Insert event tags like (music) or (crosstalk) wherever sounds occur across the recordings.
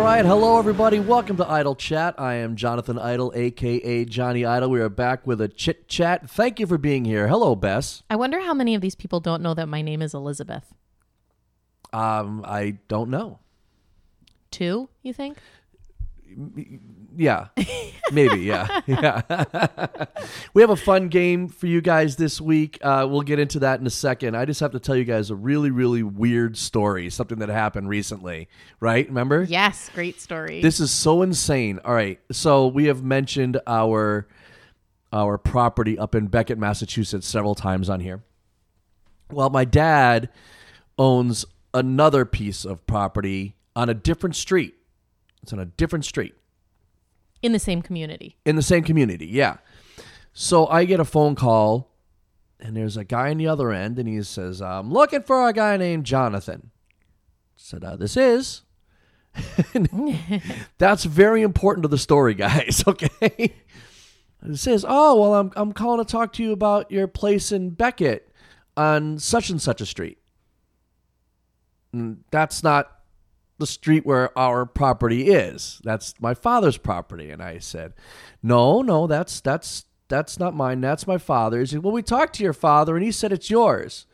right, hello everybody. Welcome to Idle Chat. I am Jonathan Idle, aka Johnny Idle. We are back with a chit chat. Thank you for being here. Hello, Bess. I wonder how many of these people don't know that my name is Elizabeth. Um, I don't know. Two, you think? Yeah, maybe. Yeah, yeah. (laughs) we have a fun game for you guys this week. Uh, we'll get into that in a second. I just have to tell you guys a really, really weird story. Something that happened recently. Right? Remember? Yes, great story. This is so insane. All right. So we have mentioned our our property up in Beckett, Massachusetts several times on here. Well, my dad owns another piece of property on a different street. It's on a different street in the same community. in the same community. Yeah. So I get a phone call, and there's a guy on the other end, and he says, "I'm looking for a guy named Jonathan." Said, uh, "This is." (laughs) That's very important to the story, guys. (laughs) Okay. It says, "Oh well, I'm I'm calling to talk to you about your place in Beckett on such and such a street." And that's not the street where our property is. That's my father's property. And I said, No, no, that's that's that's not mine. That's my father's. He said, well, we talked to your father, and he said it's yours.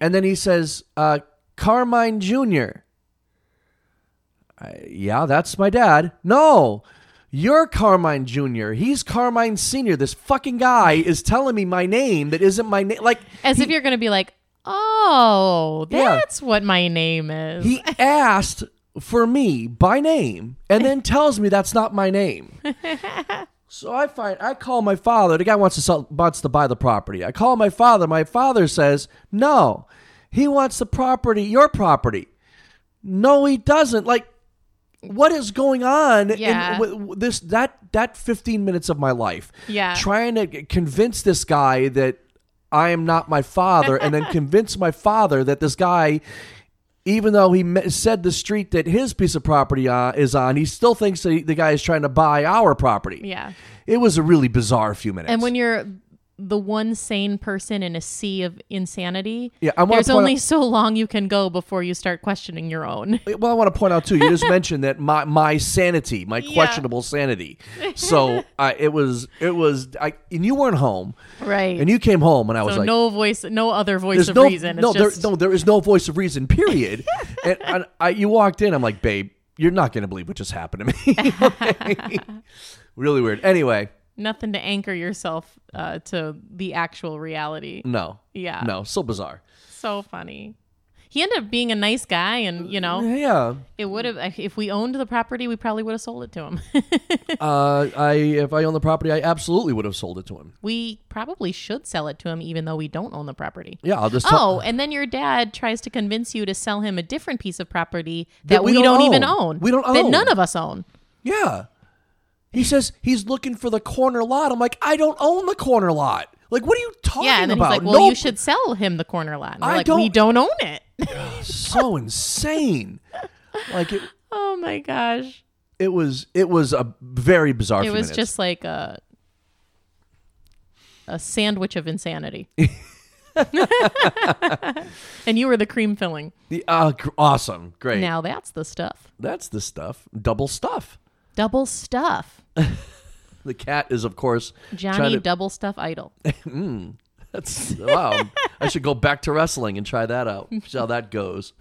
and then he says, uh, Carmine Jr. I, yeah, that's my dad. No, you're Carmine Jr. He's Carmine Sr. This fucking guy is telling me my name that isn't my name. Like, As if you're going to be like, oh, Yeah. that's what my name is. He asked for me by name and then tells me that's not my name. so I find I call my father. The guy wants to sell, wants to buy the property. I call my father. My father says no. He wants the property, your property. No, he doesn't. Like, what is going on? in- Yeah. with- with this that that fifteen minutes of my life. Yeah. trying to convince this guy that I am not my father, and (laughs) then convince my father that this guy even though he me- said the street that his piece of property uh, is on, he still thinks that he- the guy is trying to buy our property. yeah. It was a really bizarre few minutes. And when you're the one sane person in a sea of insanity, Yeah, I wanna there's point only out- eh, so long you can go before you start questioning your own. well, I want to point out too, you just mentioned that my my sanity, my Yeah. questionable sanity. (laughs) So I, it was it was, I, and you weren't home, (laughs) Right. and you came home, and I was so like, no voice, no other voice there's of no reason. no it's just, there no there is no voice of reason. (laughs) Period. and I, I, you walked in, I'm like, babe, you're not gonna believe what just happened to me. (laughs) Okay? really weird. Anyway. nothing to anchor yourself uh, to the actual reality. No. Yeah. No. So bizarre. So funny. He ended up being a nice guy, and you know, Yeah. it would have if we owned the property, we probably would have sold it to him. (laughs) Uh, I if I owned the property, I absolutely would have sold it to him. we probably should sell it to him, even though we don't own the property. Yeah. I'll just. tell- Oh, and then your dad tries to convince you to sell him a different piece of property that, we we, don't don't, even own. own. We don't That own. none of us own. yeah. He says he's looking for the corner lot. I'm like, I don't own the corner lot. Like, what are you talking Yeah, and then about? he's like, "Well, you Nope. should sell him the corner lot." And we're I like, "We don't own it." (laughs) so insane. Like it, oh my gosh. it was it was a very bizarre. it few was minutes. just like a a sandwich (laughs) of insanity. and you were the cream filling. the, uh, gr- awesome, great. Now that's the stuff. That's the stuff. Double stuff. Double stuff. The cat is, of course, (laughs) trying Johnny to Double Stuff Idol. That's wow. I should go back to wrestling and try that out. See how that (laughs) goes.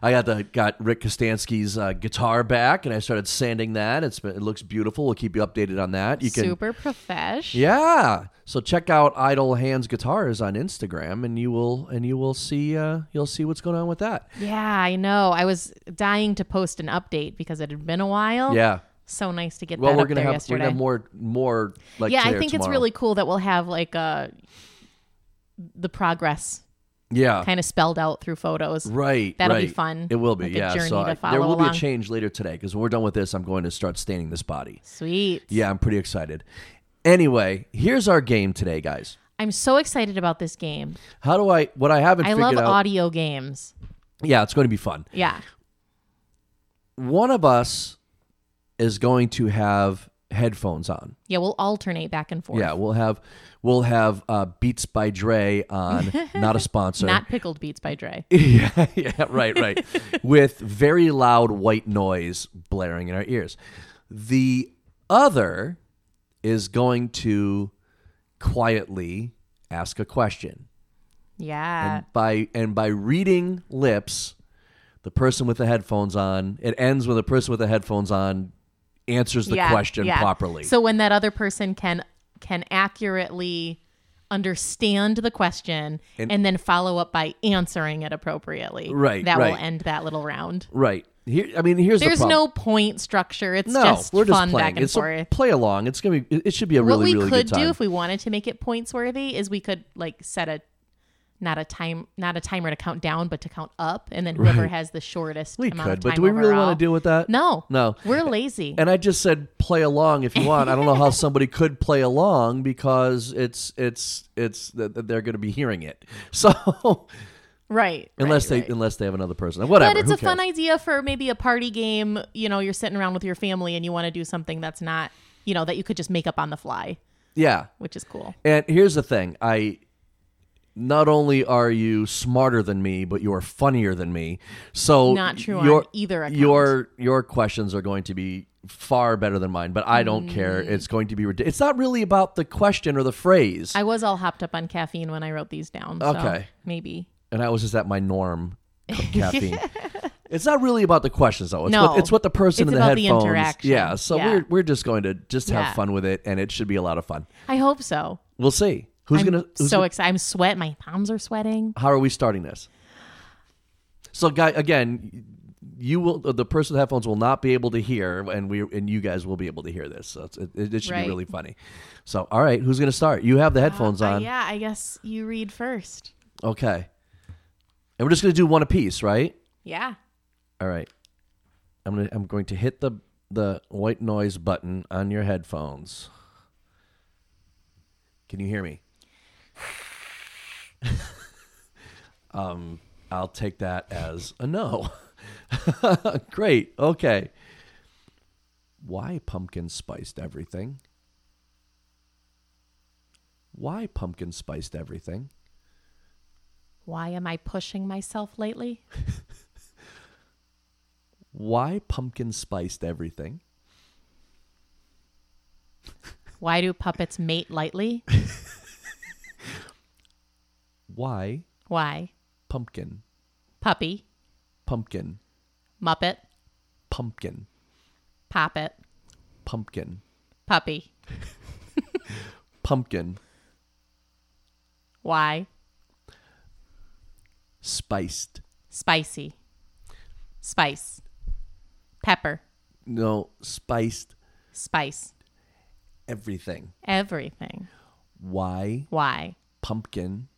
I got the got Rick Kostansky's uh, guitar back, and I started sanding that. It's been, it looks beautiful. We'll keep you updated on that. (laughs) You can Super profesh. yeah. So check out Idle Hands Guitars on Instagram, and you will and you will see uh, you'll see what's going on with that. Yeah, I know. I was dying to post an update because it had been a while. Yeah. So nice to get Well, Oh. that we're up gonna there have we're yesterday. gonna have more more like yeah, today I or think it's tomorrow. really cool that we'll have like uh the progress yeah. kind of spelled out through photos. Right, That'll be right. fun. It will be, Like a yeah. journey so to I- there follow will be a along. change later today because when we're done with this, I'm going to start staining this body. Sweet. Yeah, I'm pretty excited. Anyway, here's our game today, guys. I'm so excited about this game. How do I? What I haven't I figured love out. audio games. yeah, it's going to be fun. Yeah. One of us is going to have headphones on. Yeah, we'll alternate back and forth. Yeah, we'll have we'll have uh, Beats by Dre on, (laughs) not a sponsor. Not pickled beets by Dre. (laughs) yeah, yeah, right, right. With very loud white noise blaring in our ears. The other is going to quietly ask a question. Yeah. And by and by reading lips, the person with the headphones on, it ends when the person with the headphones on answers the Yeah, question yeah. properly. So when that other person can can accurately understand the question And- and, then follow up by answering it appropriately. Right, That will right. end that little round. right. Here I mean here's There's the problem. no point structure. It's no, just we're just fun playing. back and it's a forth. play along. It's gonna be. It should be a what really we really could good time. do if we wanted to make it points worthy is we could like set a not a time not a timer to count down but to count up and then whoever has the shortest we amount of could, but time do we really overall- want to deal with that? no No. we're lazy And I just said play along if you want. I don't (laughs) know how somebody could play along because it's it's it's th- th- they're going to be hearing it. (laughs) So right unless right, they right. unless they have another person, whatever. But it's who a fun cares? idea for maybe a party game. You know, you're sitting around with your family and you want to do something that's not, you know, that you could just make up on the fly, Yeah. which is cool. And here's the thing. I not only are you smarter than me, but you're funnier than me. So Not true your, on either account. Your your questions are going to be far better than mine, but I don't care. Mm. It's going to be ridiculous. It's not really about the question or the phrase. I was all hopped up on caffeine when I wrote these down. So Okay. Maybe. and I was just at my norm c- (laughs) caffeine. it's not really about the questions though. It's No. what, it's what the person It's in the about the headphones. interaction. Yeah, so Yeah. we're we're just going to just Yeah. have fun with it, and it should be a lot of fun. I hope so. We'll see who's I'm gonna. Who's so gonna- excited. I'm sweat. My palms are sweating. how are we starting this? So, guy, again, you will the person with headphones will not be able to hear, and we and you guys will be able to hear this. So it's, it, it should Right. be really funny. So, all right, who's gonna start? You have the headphones Uh, on. yeah, I guess you read first. Okay, and we're just gonna do one apiece, right? Yeah. All right. I'm gonna I'm going to hit the the white noise button on your headphones. Can you hear me? (laughs) um I'll take that as a no. (laughs) Great. Okay. Why pumpkin spiced everything? Why pumpkin spiced everything? Why am I pushing myself lately? Why pumpkin spiced everything? Why do puppets mate lightly? Why Why? pumpkin? Puppy, Pumpkin. Muppet, pumpkin, Poppet, pumpkin, Puppy. pumpkin, Why? spiced. spicy, spice, pepper, No, spiced spice, everything. everything. Why Why? pumpkin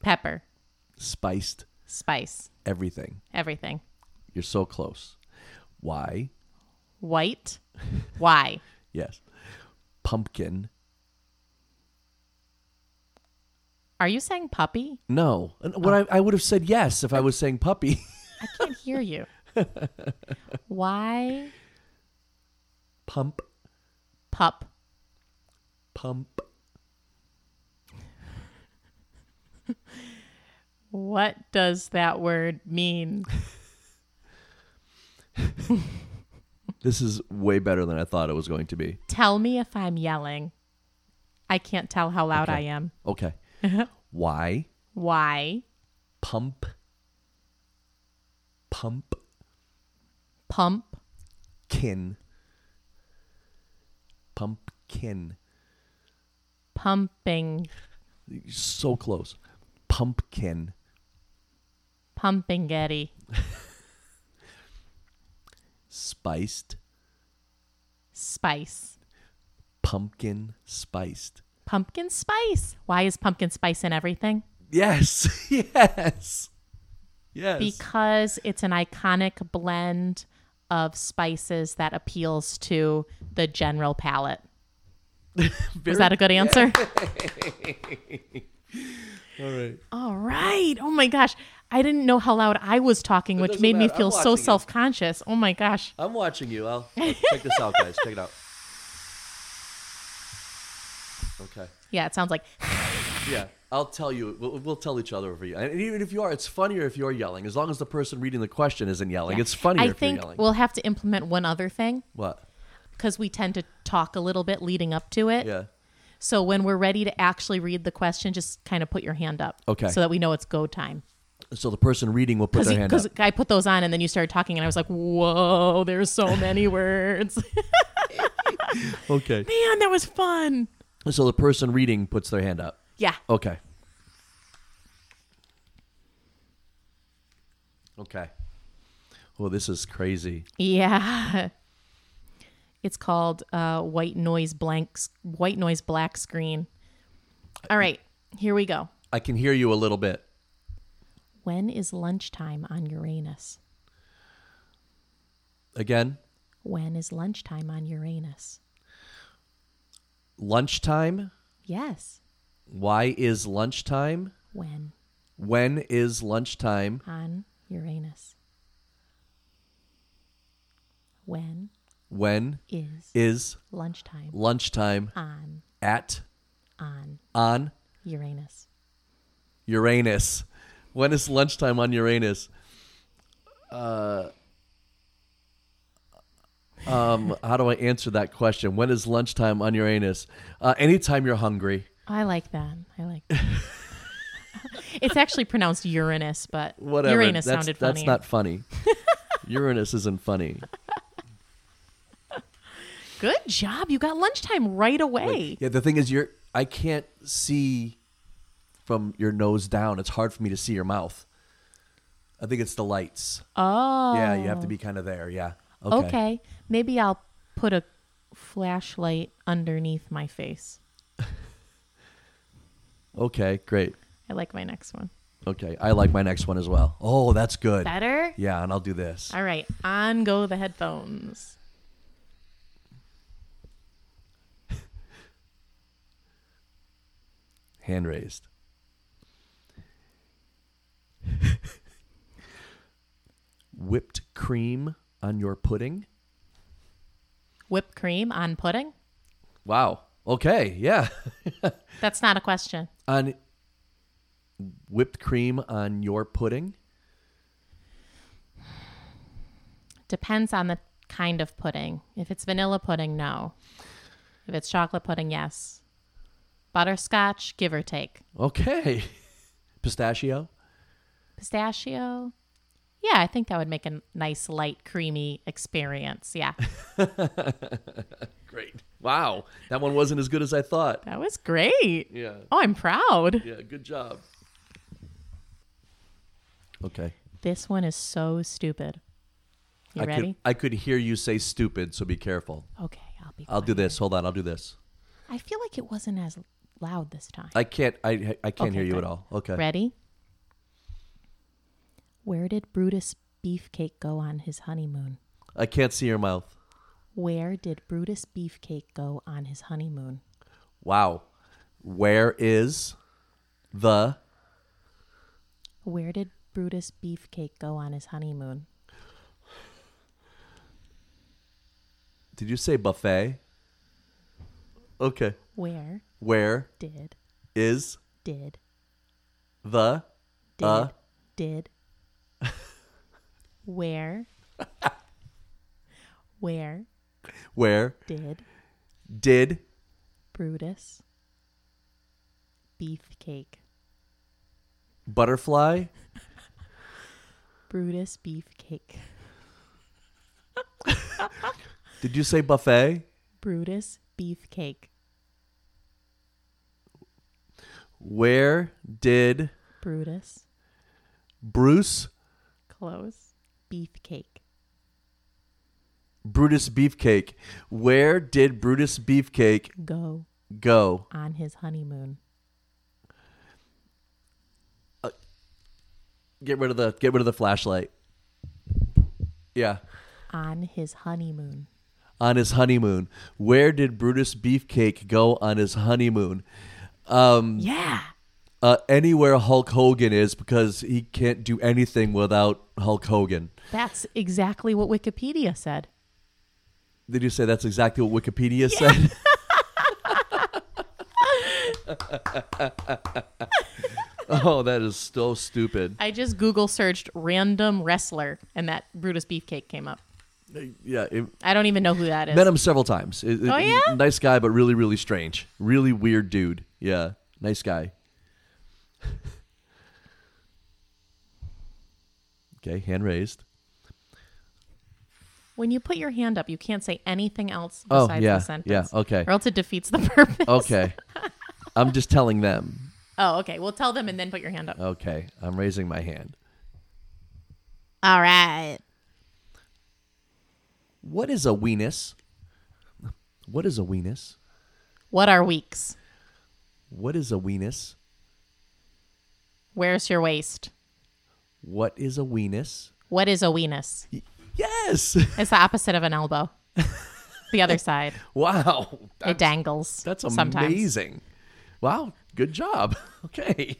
Pepper, spiced spice, everything? everything. You're so close. Why? White, why? Yes. Pumpkin. Are you saying puppy? No. And What I, I would have said yes if I was saying puppy. (laughs) I can't hear you. Why? pump, Pup, pump, what does that word mean? This is way better than I thought it was going to be. Tell me if I'm yelling. I can't tell how loud I am. (laughs) Okay. Why Why? pump, pump, Pump, kin. Pumpkin. pumping, So close. Pumpkin. pumping getty, Spiced. spice. Pumpkin spiced. Pumpkin spice. Why is pumpkin spice in everything? Yes. (laughs) yes. Yes. Because it's an iconic blend of spices that appeals to the (laughs) general palate. Very- Is that a good answer? All right. All right. Oh my gosh. I didn't know how loud I was talking, which doesn't made me matter. I'm feel watching so you. self conscious. Oh my gosh. I'm watching you. I'll, I'll check this out, guys. Check it out. Okay. Yeah, it sounds like Yeah. I'll tell you. We'll, we'll tell each other over you. And even if you are, it's funnier if you're yelling. As long as the person reading the question isn't yelling, (laughs) it's funnier I if think you're yelling. we'll have to implement one other thing what? because we tend to talk a little bit leading up to it. Yeah. So when we're ready to actually read the question, just kind of put your hand up. Okay. So that we know it's go time. So the person reading will put their hand up. Because I put those on and then you started talking and I was like, whoa, there's so many (laughs) words. (laughs) Okay. Man, that was fun. So the person reading puts their hand up. Yeah. Okay. Okay. Well, this is crazy. Yeah. (laughs) It's called uh, white noise blanks white noise black screen. All right, here we go. I can hear you a little bit. When is lunchtime on Uranus? Again, When is lunchtime on Uranus? lunchtime. Yes. Why is lunchtime? When When is lunchtime? on Uranus? When When is is lunchtime lunchtime on at on on Uranus? Uranus? When is lunchtime on Uranus? Uh, um, how do I answer that question? When is lunchtime on Uranus? Uh, anytime you're hungry. I like that. I like that. (laughs) it's actually pronounced Uranus, but Whatever. Uranus that's, sounded That's funnier. not (laughs) funny. Uranus isn't funny. Good job. You got lunchtime right away. Yeah, the thing is, you're I can't see from your nose down. It's hard for me to see your mouth. I think it's the lights. oh. Yeah, you have to be kind of there. Yeah. Okay. Maybe I'll put a flashlight underneath my face. Okay, great. I like my next one. Okay, I like my next one as well. Oh, that's good. Better? yeah, and I'll do this. All right. On go the headphones. Hand raised. (laughs) Whipped cream on your pudding? Whipped cream on pudding? Wow. Okay, yeah. That's not a question. on whipped cream on your pudding? Depends on the kind of pudding. If it's vanilla pudding, no. If it's chocolate pudding, yes. Butterscotch, give or take. Okay. (laughs) Pistachio? Pistachio. Yeah, I think that would make a nice, light, creamy experience. Yeah. Great. Wow. That one wasn't as good as I thought. (laughs) That was great. Yeah. Oh, I'm proud. Yeah, good job. Okay. This one is so stupid. You I ready? could I could hear you say stupid, so be careful. Okay, I'll be. I'll do this. Hold on, I'll do this. I feel like it wasn't as loud this time. I can't I I can't Okay, hear you at good. all. Okay. Ready? Where did Brutus Beefcake go on his honeymoon? I can't see your mouth. Where did Brutus Beefcake go on his honeymoon? Wow. Where is the Where did Brutus Beefcake go on his honeymoon? Did you say buffet? Okay. Where Where did is did the did Uh. did where where where did did Brutus. Beefcake. butterfly Brutus beefcake. Did you say buffet? Brutus beefcake. Where did Brutus Bruce close. Beefcake. Brutus Beefcake? Where did Brutus Beefcake Go go? on his honeymoon. Get rid of the get rid of the flashlight. Yeah, On his honeymoon. on his honeymoon. Where did Brutus Beefcake go on his honeymoon? Um, Yeah. uh, anywhere Hulk Hogan is because he can't do anything without Hulk Hogan. That's exactly what Wikipedia said. Did you say that's exactly what Wikipedia said? (laughs) Oh, that is so stupid. I just Google searched random wrestler and that Brutus Beefcake came up. Yeah, it, I don't even know who that is. met him several times. It- it- Oh, yeah? nice guy, but really, really strange. Really weird dude. Yeah, nice guy. (laughs) okay, hand raised. When you put your hand up, you can't say anything else Oh, besides yeah, the sentence. yeah, okay. Or else it defeats the (laughs) purpose. Okay, I'm just telling them. Oh, okay. Well, tell them and then put your hand up. Okay, I'm raising my hand. All right. What is a weenus? What is a weenus? What are weeks? What is a weenus? Where's your waist? What is a weenus? What is a weenus? Y- Yes. (laughs) It's the opposite of an elbow. the other side. wow. it dangles. That's Sometimes. amazing. Wow, good job. (laughs) Okay.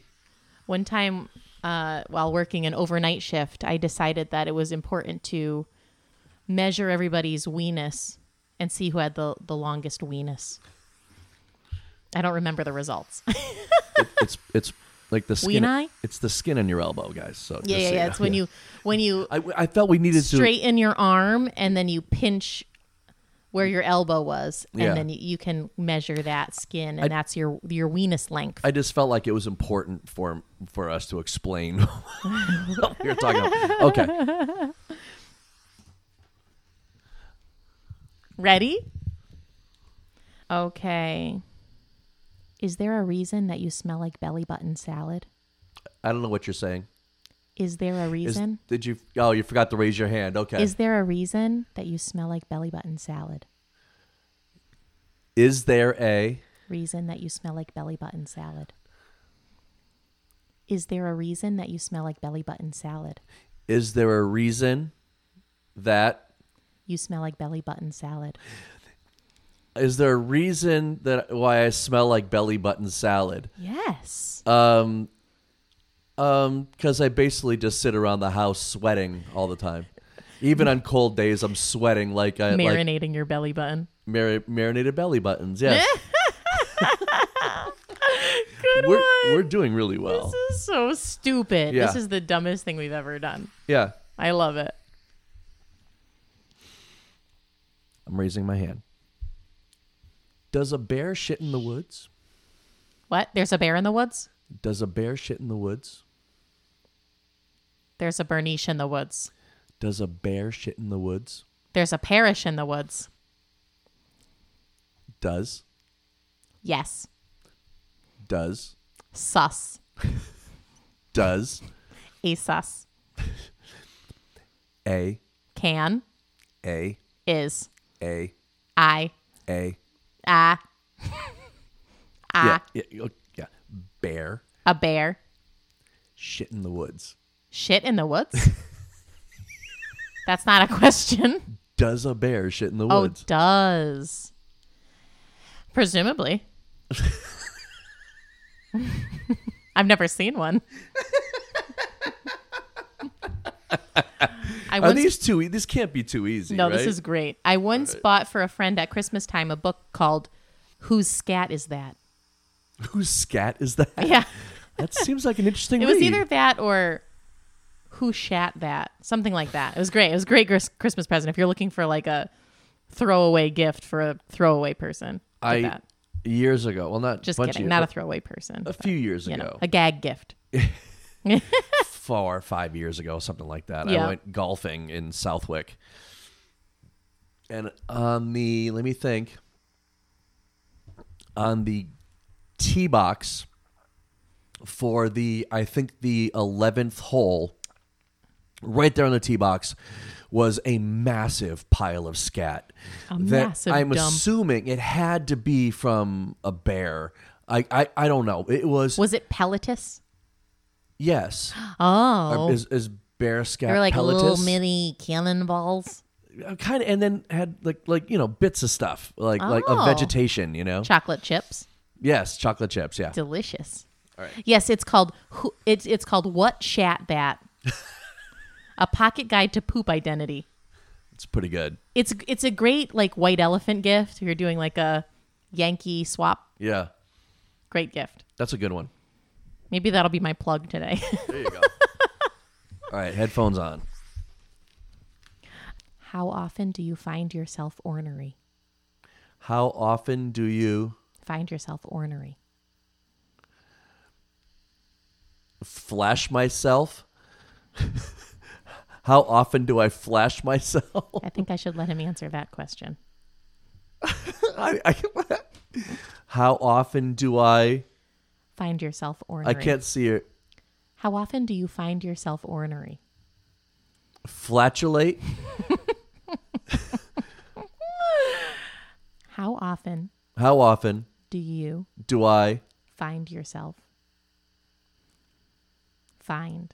One time, uh, while working an overnight shift, I decided that it was important to measure everybody's weenus and see who had the, the longest weenus. I don't remember the results. (laughs) It's it's like the skin. Weeni? It's the skin on your elbow, guys. So just yeah, yeah, so yeah. you It's know. when you when you I, I felt we needed straighten your arm and then you pinch where your elbow was, and Yeah. then you, you can measure that skin, and that's your your weenus length. to. I just felt like it was important for for us to explain. (laughs) what we were talking about. Okay. Ready? Okay. Is there a reason that you smell like belly button salad? I don't know what you're saying. Is there a Is, reason? did you? Oh, you forgot to raise your hand. Okay. Is, there a reason that you smell like belly button salad? Is there a? Reason that you smell like belly button salad. Is there a reason that you smell like belly button salad? Is there a reason that? You smell like belly button salad. Is there a reason that why I smell like belly button salad? Yes. Um, um, because I basically just sit around the house sweating all the time. Even on cold days, I'm sweating like I like Marinating your belly button. mar- marinated belly buttons. (laughs) Yes. we're we're doing really well. This is so stupid. This Yeah. is the dumbest thing we've ever done. Yeah, I love it. I'm raising my hand. Does a bear shit in the woods? What? There's a bear in the woods? Does a bear shit in the woods? There's a Bernice in the woods. Does a bear shit in the woods? There's a parish in the woods. Does Yes. does Sus. does A sus. a Can. a Is. a I. a (laughs) Ah. yeah Ah. yeah, yeah bear A bear. shit in the woods. Shit in the woods? (laughs) That's not a question. Does a bear shit in the Oh, woods? does. Presumably. I've never (laughs) seen one. I Are once these too? e- This can't be too easy. (laughs) No, this right? is great. I once bought for a friend at Christmas time a book called "Whose Scat Is (laughs) That?" whose scat is that? (laughs) Yeah, That seems like an interesting. it was read. either that or "Who Shat That?" Something like that. It was great. It was a great gris- Christmas present if you're looking for like a throwaway gift for a throwaway person. get I that. years ago. Well, not just bunch kidding, years- not a throwaway person. a few years you ago, know, a gag gift. four or five years ago, something like that. I Yeah. went golfing in Southwick, and on the let me think, on the tee box for the I think the eleventh hole, right there on the tee box, was a massive pile of scat. A that massive I'm dump. assuming it had to be from a bear. I, I, I don't know. It was, Was it pelletus? yes. Oh, Um, Is is bear scat they were like pelletus? little mini cannonballs, kind of and then had like like you know bits of stuff like like Oh. of vegetation you know chocolate chips. yes chocolate chips yeah delicious. Yes, it's called who- it's it's called what chat (laughs) that. a pocket guide to poop identity. it's pretty good It's it's a great like white elephant gift if you're doing like a Yankee swap yeah Great gift. That's a good one. Maybe that'll be my plug today. (laughs) There you go. All right, headphones on. How often do you find yourself ornery? How often do you Find yourself ornery. flash myself? (laughs) How often do I flash myself? (laughs) I think I should let him answer that question. I, I, (laughs) how often do I? Find yourself ornery. I can't see it. How often do you find yourself ornery? Flatulate. How often How often do you do I? find yourself? Find,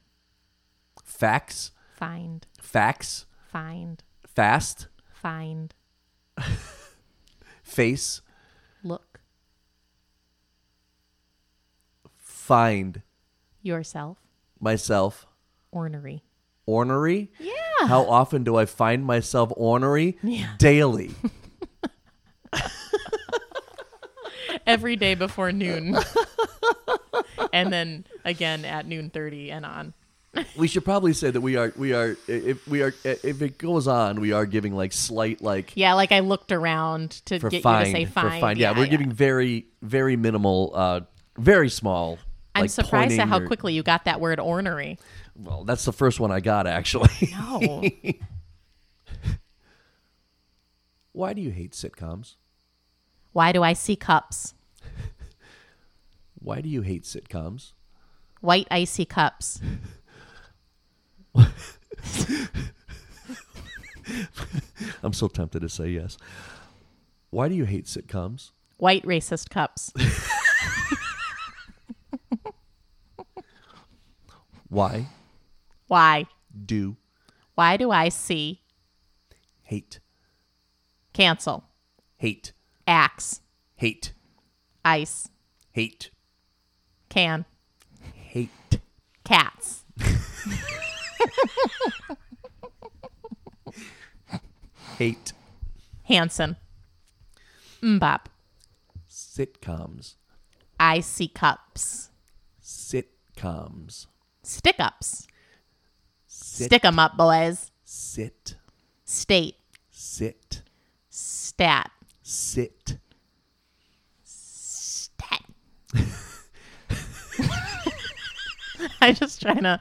Fax. find, Fax. find, Fast. find, Face. look, Find yourself, myself ornery. ornery. Yeah. How often do I find myself ornery? (laughs) Daily. Every day before noon. (laughs) and then again at noon 30 and on. we should probably say that we are we are if we are if it goes on, we are giving like slight like Yeah, like I looked around to for get fine you to say for fine. fine. Yeah, we're giving very very minimal, uh very small. I'm like, surprised at pointing how or- quickly you got that word ornery. Well, that's the first one I got actually. (laughs) No. Why do you hate sitcoms? (laughs) Why do I see cups? Why do you hate sitcoms? White icy cups. I'm so tempted to say yes. Why do you hate sitcoms? White racist cups. Why Why? do Why do I see hate cancel, hate axe, hate ice, hate can, hate cats? hate Hanson. Mbop. sitcoms I see cups. sitcoms Stick ups. sit Stick 'em up, boys. sit State. sit Stat. sit Stat. (laughs) I'm just trying to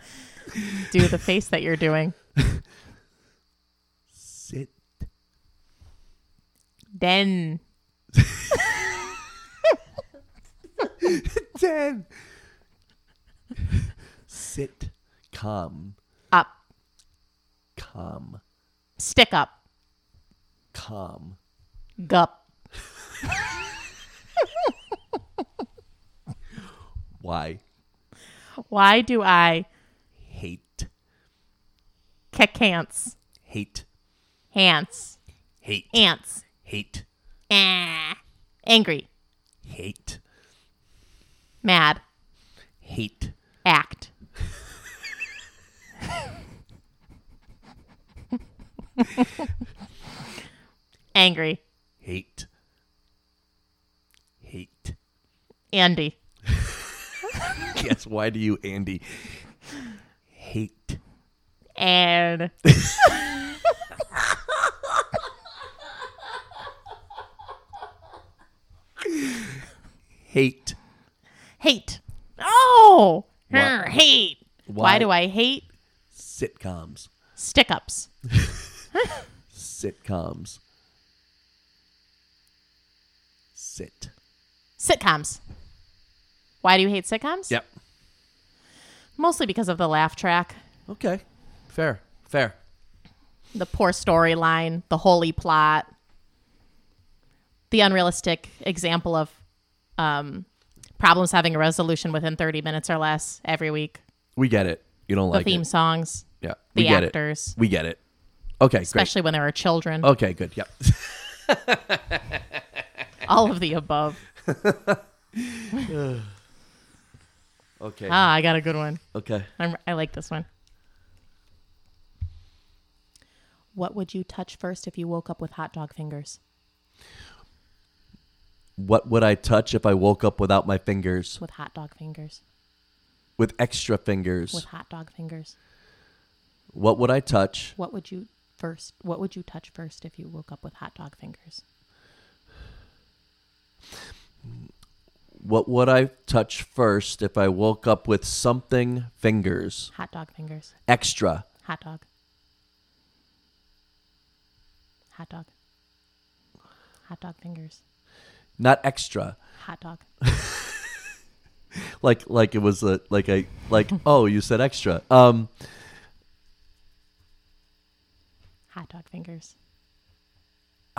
do the face that you're doing. sit Den. ten sit com Up. com Stick up. com Gup. why Why do I hate cacants? hate Ants. hate Ants. hate Ah. Angry. hate Mad. hate Act. Angry. hate hate (laughs) Andy. yes why do you andy hate And hate hate. Oh, Why- hate. Why why- do I hate sitcoms stick ups? sitcoms sit Sitcoms. Why do you hate sitcoms? yep Mostly because of the laugh track, okay fair fair the poor storyline, the holy plot, the unrealistic example of um, problems having a resolution within 30 minutes or less every week, we get it you don't the like theme it songs, yeah the we get actors, it we get it okay especially when there are children, great okay good yep (laughs) all of the (laughs) above. okay Ah, I got a good one. okay I'm, I like this one. What would you touch first if you woke up with hot dog fingers? What would I touch if I woke up without my fingers? with hot dog fingers. With extra fingers. With hot dog fingers. What would I touch? What would you first? What would you touch first if you woke up with hot dog fingers? What would I touch first if I woke up with something fingers? Hot dog fingers. Extra. Hot dog. Hot dog. Hot dog fingers. Not extra. Hot dog. Like like it was a like a (laughs) like oh, you said extra. Um Hot dog fingers.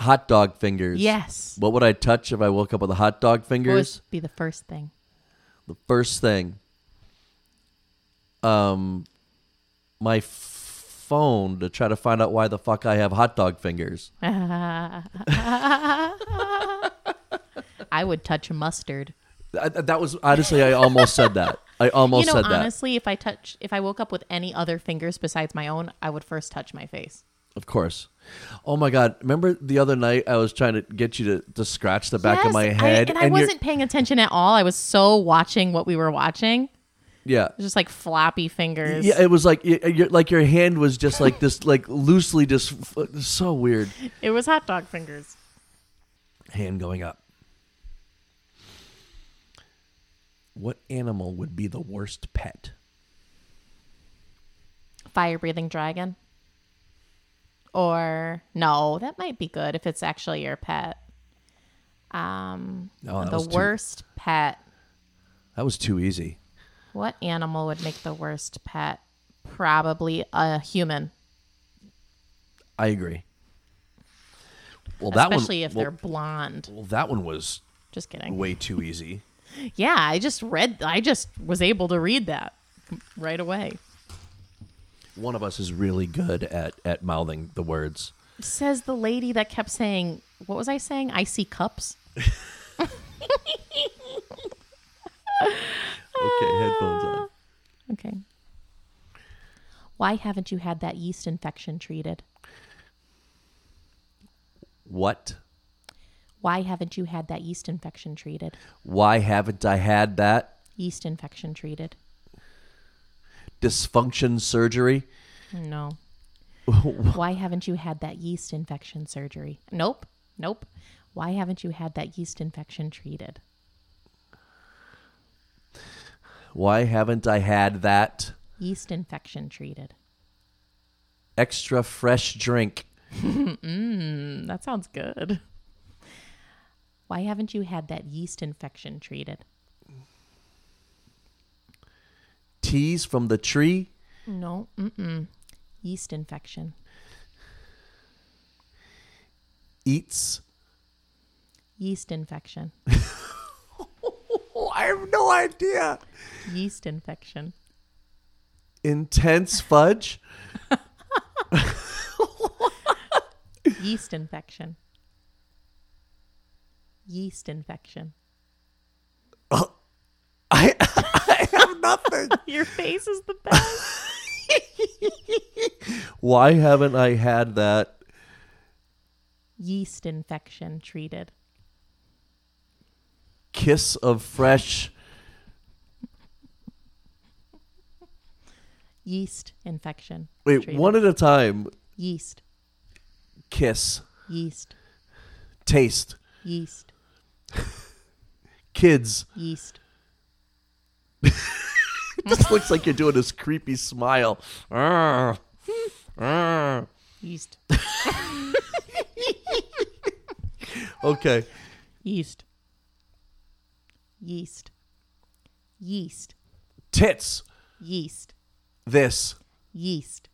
hot dog fingers. Yes. What would I touch if I woke up with a hot dog What would fingers? be the first thing? the first thing. Um my f- phone to try to find out why the fuck I have hot dog fingers. I would touch mustard. I, that was honestly I almost said that. I almost (laughs) you know, said that. honestly, if I touch, if I woke up with any other fingers besides my own, I would first touch my face. Of course. Oh my God. Remember the other night I was trying to get you to, to scratch the back of Yes, my I- head? and I you're- wasn't paying attention at all. I was so watching what we were watching. It Yeah. was just like floppy fingers. Yeah, it was like y- y- your like your hand was just like this, like loosely just f- uh, so weird. It was hot dog fingers. Hand going up. What animal would be the worst pet? Fire breathing dragon. Or no, that might be good if it's actually your pet. Um, Oh, that the was too- worst pet. That was too easy. What animal would make the worst pet? Probably a human, I agree. Well, that especially one, if well- they're blonde. well, that one was Just kidding. way too easy. Yeah, I just read. I just was able to read that right away. One of us is really good at at mouthing the words. Says the lady that kept saying, "What was I saying? I see cups." Okay, headphones on. Okay. Why haven't you had that yeast infection treated? What? Why haven't you had that yeast infection treated? Why haven't I had that Yeast infection treated. dysfunction surgery? No. Why haven't you had that yeast infection surgery? Nope. Nope. Why haven't you had that yeast infection treated? Why haven't I had that Yeast infection treated. extra fresh drink? Mm, that sounds good. Why haven't you had that yeast infection treated? Teas from the tree? No. Mm-mm. Yeast infection. Eats? Yeast infection. Oh, I have no idea. yeast infection. Intense fudge? yeast infection. Yeast infection. I, (laughs) I have nothing. Your face is the best. Why haven't I had that yeast infection treated. kiss of fresh? Yeast infection. Wait, treated. one at a time. yeast, Kiss. yeast, Taste. yeast, Kids. yeast. (laughs) It just looks like you're doing this creepy smile. (laughs) Arr. Arr. Yeast. Okay. Yeast. Yeast. Yeast. Tits. Yeast. This. Yeast.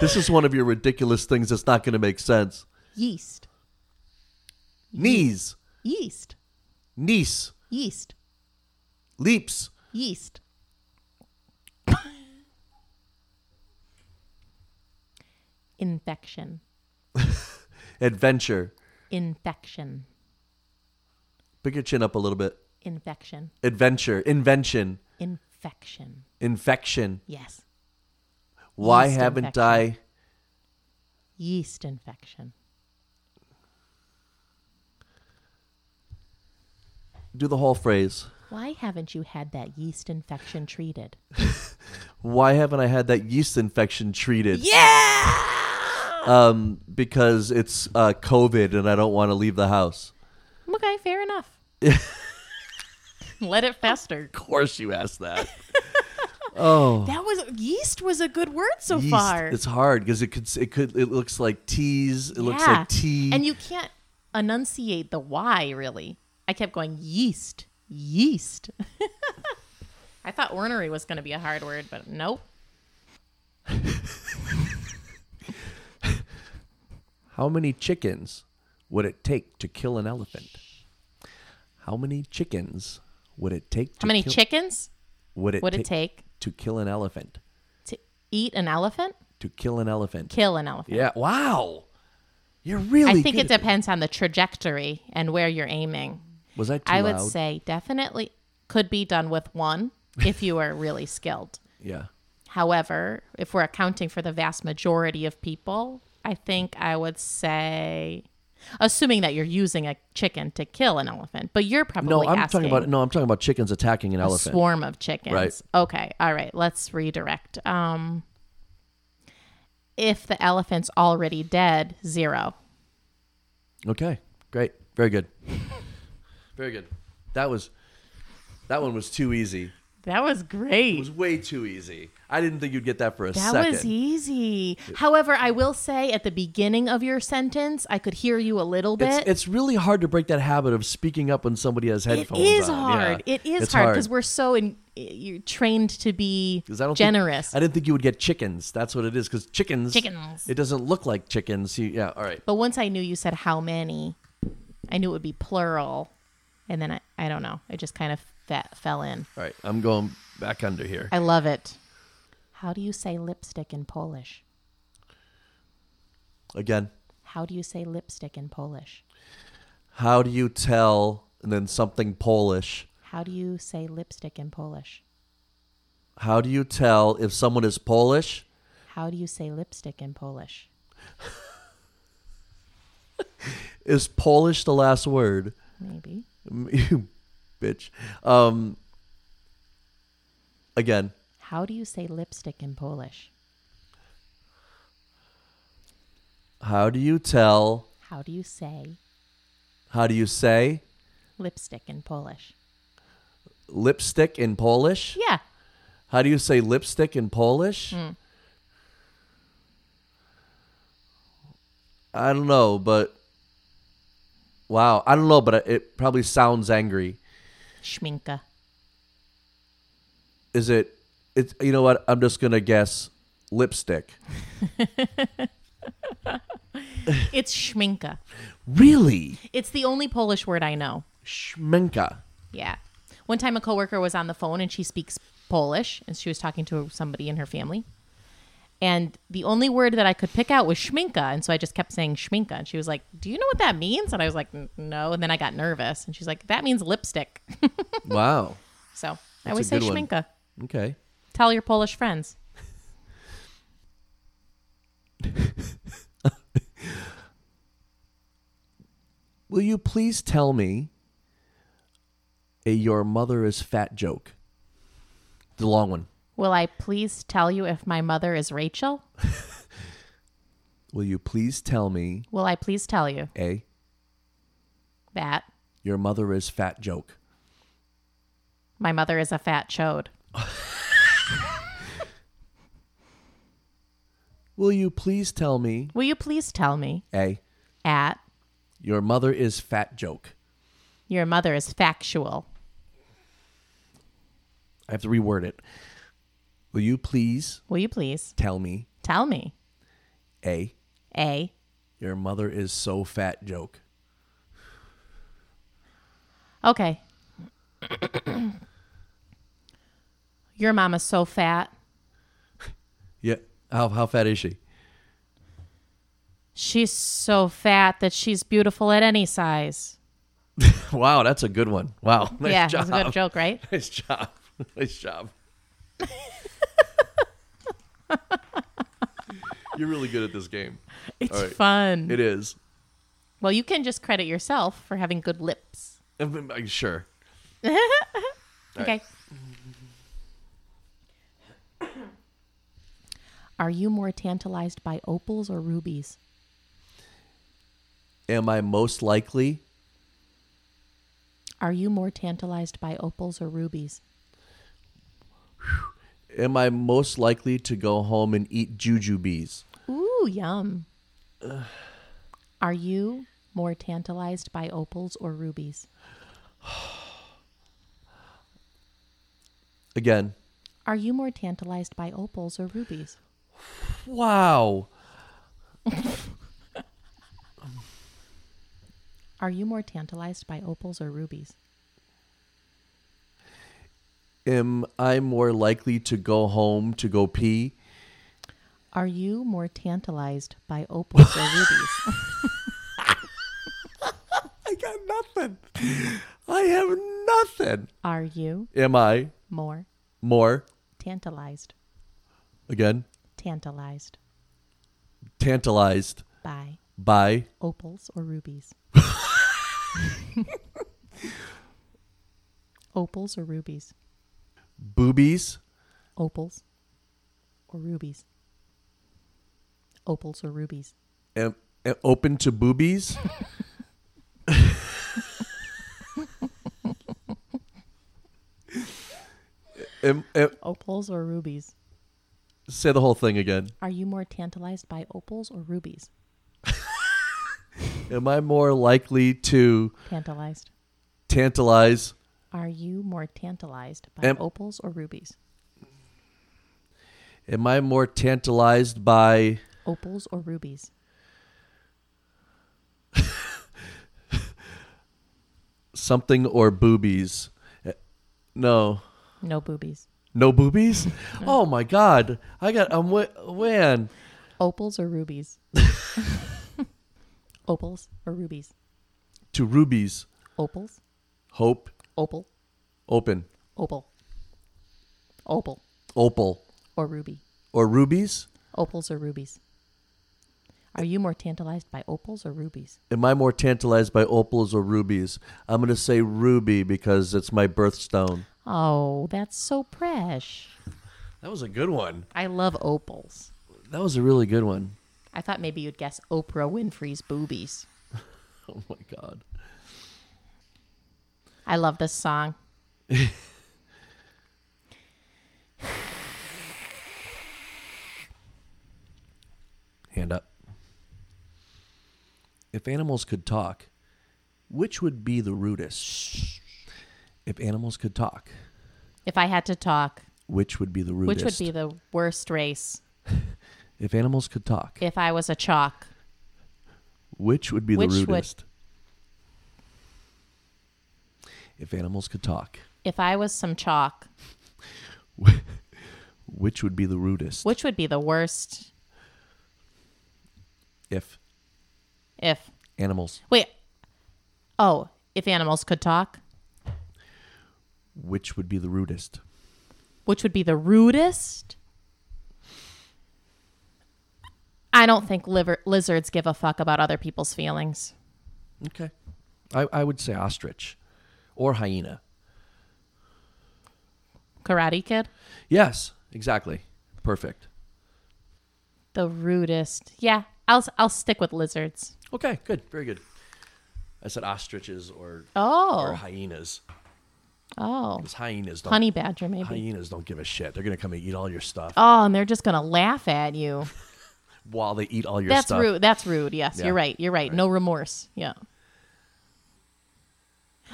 This is one of your ridiculous things that's not going to make sense. Yeast. Knees. Yeast. Niece. Yeast. Leaps. Yeast. Infection. Adventure. Infection. Pick your chin up a little bit. Infection. Adventure. Invention. Infection. Infection. Yes. Why Yeast haven't infection. I yeast infection. Do the whole phrase. Why haven't you had that yeast infection treated? Why haven't I had that yeast infection treated? Yeah. Um, because it's uh, COVID and I don't want to leave the house. Okay, fair enough. (laughs) Let it fester. Of course, you asked that. oh, That was yeast was a good word so yeast. far. It's hard because it could. It could. It looks like T's. It looks like T. And you can't enunciate the Y really. I kept going yeast, yeast. (laughs) I thought ornery was going to be a hard word, but nope. How many chickens would it take to kill an elephant? How many chickens would it take? To How many kill, chickens would it, would it take take to kill an elephant? to eat an elephant? To kill an elephant. Kill an elephant. Yeah. Wow. You're really. I think good it at- depends on the trajectory and where you're aiming. Was I too I loud? would say definitely could be done with (laughs) one if you are really skilled. Yeah. However, if we're accounting for the vast majority of people, I think I would say, assuming that you're using a chicken to kill an elephant, but you're probably No, I'm asking talking about no, I'm talking about chickens attacking an a elephant. swarm of chickens. Right. Okay, all right, let's redirect. Um, if the elephant's already dead, zero. Okay, great, very (laughs) good, very good. That was that one was too easy. That was great. It was way too easy. I didn't think you'd get that for a That second. was easy. However, I will say at the beginning of your sentence, I could hear you a little bit. It's, it's really hard to break that habit of speaking up when somebody has it headphones is on. Yeah. hard. It is It's hard because we're so in, you're trained to be 'Cause I don't think- generous. I didn't think you would get chickens. That's what it is. Because chickens, Chickens. It doesn't look like chickens. You, yeah. All right. but once I knew you said how many, I knew it would be plural. And then I, I don't know. It just kind of fe- fell in. All right. I'm going back under here. I love it. How do you say lipstick in Polish? Again. How do you say lipstick in Polish? How do you tell? And then something Polish. How do you say lipstick in Polish? How do you tell if someone is Polish? How do you say lipstick in Polish? Is Polish the last word? (laughs) Maybe. you bitch. Um, again, How do you say lipstick in Polish? how do you tell? How do you say How do you say lipstick in Polish? lipstick in Polish? Yeah. How do you say lipstick in Polish? I don't know, but wow, I don't know, but it probably sounds angry. Schminka. Is it? It's you know what? I'm just gonna guess lipstick. It's schminka. Really, It's the only Polish word I know. Schminka. Yeah. One time a coworker was on the phone and she speaks Polish and she was talking to somebody in her family. And the only word that I could pick out was schminka. And so I just kept saying schminka. And she was like, Do you know what that means? And I was like, "N- No. And then I got nervous. And she's like, That means lipstick. Wow. so I a always say good one. schminka. Okay. Tell your Polish friends. Will you please tell me a your mother is fat joke? The long one. Will I please tell you if my mother is Rachel? Will you please tell me Will I please tell you a that your mother is fat joke? my mother is a fat chode? Will you please tell me Will you please tell me a at your mother is fat joke? your mother is factual? I have to reword it. Will you please Will you please tell me tell me a a your mother is so fat joke? okay? (coughs) your mom is so fat. Yeah. How how fat is she? (laughs) She's so fat that she's beautiful at any size. Wow, that's a good one. Wow. (laughs) Nice yeah, job. that's a good joke, right? (laughs) Nice job. Nice job. (laughs) You're really good at this game. It's All right. fun. It is. well, you can just credit yourself for having good lips. Um, I- Sure. Okay. Are you more tantalized by opals or rubies? Am I most likely? Are you more tantalized by opals or rubies? Am I most likely to go home and eat juju bees? Ooh, yum. Are you more tantalized by opals or rubies? Again. Are you more tantalized by opals or rubies? Wow. Are you more tantalized by opals or rubies? Am I more likely to go home to go pee? Are you more tantalized by opals or rubies? I got nothing. I have nothing. Are you Am I more more, tantalized, again, tantalized tantalized by by opals or rubies? opals or rubies? boobies? Opals or rubies? Opals or rubies? Am, am open to boobies? am, am, Opals or rubies? say the whole thing again. Are you more tantalized by opals or rubies? Am I more likely to Tantalized. tantalize? Are you more tantalized by Am- opals or rubies? Am I more tantalized by Opals or rubies? something or boobies? Eh, No. No boobies. No boobies? Oh my god. I got I'm wa- man. Opals or rubies? (laughs) opals or rubies? To rubies. Opals? Hope. Opal? Open. Opal. Opal Opal. or ruby? Or rubies? Opals or rubies? Are you more tantalized by opals or rubies? Am I more tantalized by opals or rubies? I'm going to say ruby because it's my birthstone. Oh, that's so fresh. That was a good one. I love opals. That was a really good one. I thought maybe you'd guess Oprah Winfrey's boobies. Oh my god. I love this song. Hand up. If animals could talk, which would be the rudest? If animals could talk, If I had to talk, which would be the rudest? which would be the worst race If animals could talk, if I was a chalk? which would be Which the would- rudest? If animals could talk, If I was some chalk, which would be the rudest? which would be the worst If if animals, wait oh if animals could talk which would be the rudest? which would be the rudest i don't think liver, lizards give a fuck about other people's feelings Okay. I, I would say ostrich or hyena. karate kid Yes, exactly. Perfect. the rudest yeah i'll i'll stick with lizards Okay, good. Very good. I said ostriches or, or oh hyenas. oh 'Cause hyenas don't honey badger maybe hyenas don't give a shit. They're gonna come and eat all your stuff oh and they're just gonna laugh at you while they eat all your that's stuff. rude that's rude yes Yeah. you're right you're right no remorse yeah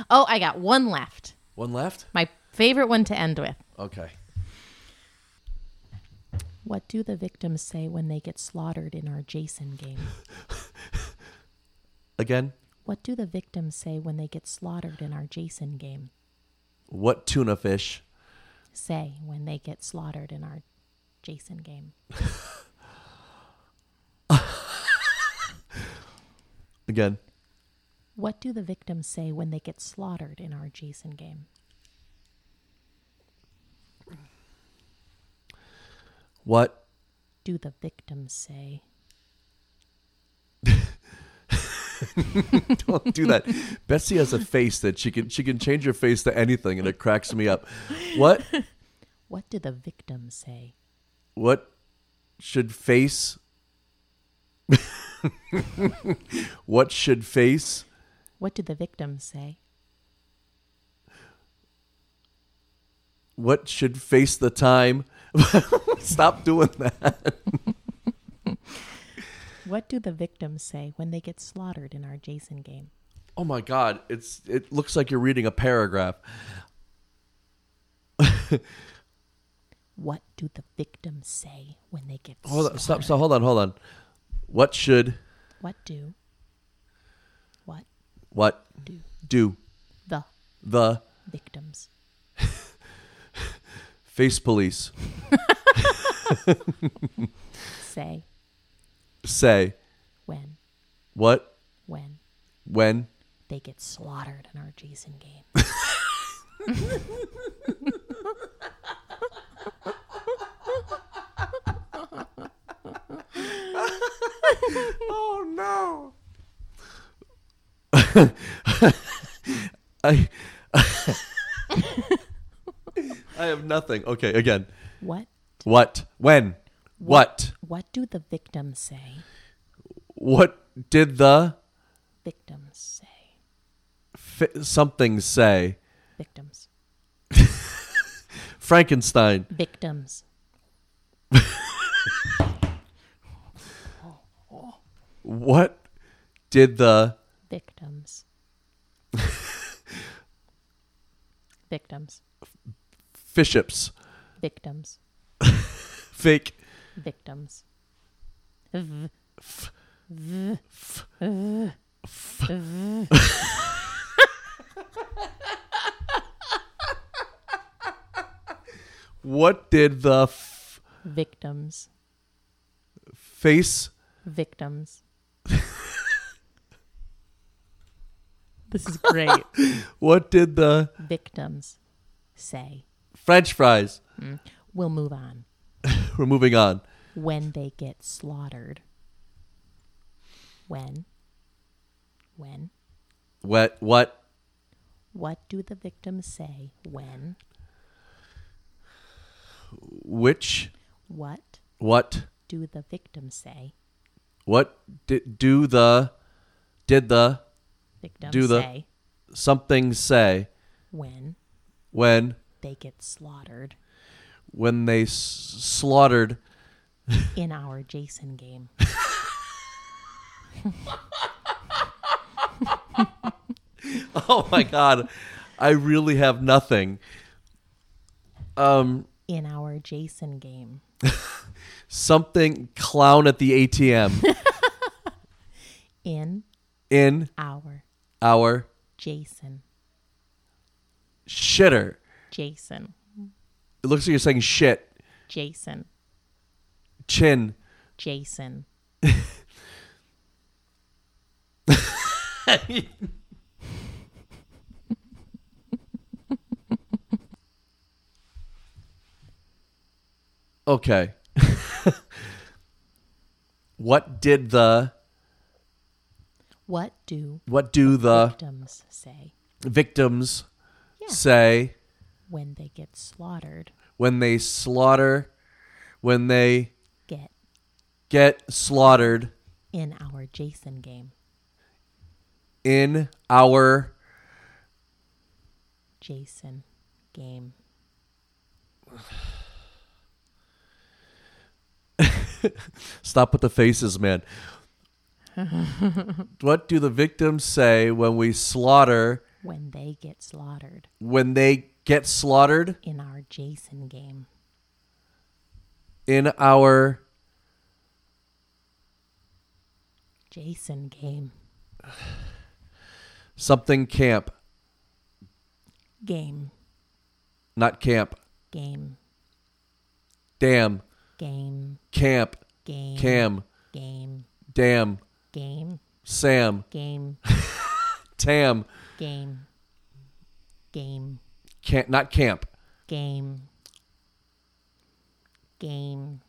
oh i got one left One left? my favorite one to end with Okay. What do the victims say when they get slaughtered in our Jason game? Again, What do the victims say when they get slaughtered in our Jason game? what tuna fish? Say when they get slaughtered in our Jason game. Again. What do the victims say when they get slaughtered in our Jason game? What (laughs) do the victims say? Don't do (laughs) that. Betsy has a face that she can she can change her face to anything, and it cracks me up. What What do the victims say? what should face? what should face? What do the victims say? What should face the time? (laughs) Stop doing that. What do the victims say when they get slaughtered in our Jason game? Oh my god, it's it looks like you're reading a paragraph. What do the victims say when they get Hold on, slaughtered? stop, stop, hold on, hold on. What should What do? What what do do the the victims? face police say say? when What when when they get slaughtered in our Jason (laughs) game. Oh no. (laughs) I I have nothing. Okay, again. What What? When? What? what do the victims say? What did the Victims say. fi- something say? Victims. Frankenstein. Victims. What did the (laughs) Victims. victims. bishops Victims. fake Victims. What did the f- Victims. face? Victims. (laughs) this is great. What did the victims say French fries? we'll move on We're moving on. when they get slaughtered. When? When? What? What? What do the victims say when? Which? What What? do the victims say? What did do the? Did the Victims Do the- say something say when when they get slaughtered when they s- slaughtered? in our Jason game. (laughs) Oh my God! I really have nothing. Um, In our Jason game. something clown at the (laughs) ATM In in our our Jason. shitter. Jason. It looks like you're saying shit. Jason. Chin. Jason. Okay. (laughs) what did the What do what do the victims say victims Yeah. say when they get slaughtered? when they slaughter when they Get get slaughtered in our Jason game. in our Jason game. stop with the faces man what do the victims say when we slaughter When they get slaughtered when they get slaughtered in our Jason game. in our Jason game. something camp Game. not camp Game. damn Game. camp Game. cam Game. damn Game. sam Game. tam Game. Game. can't not camp Game. Game.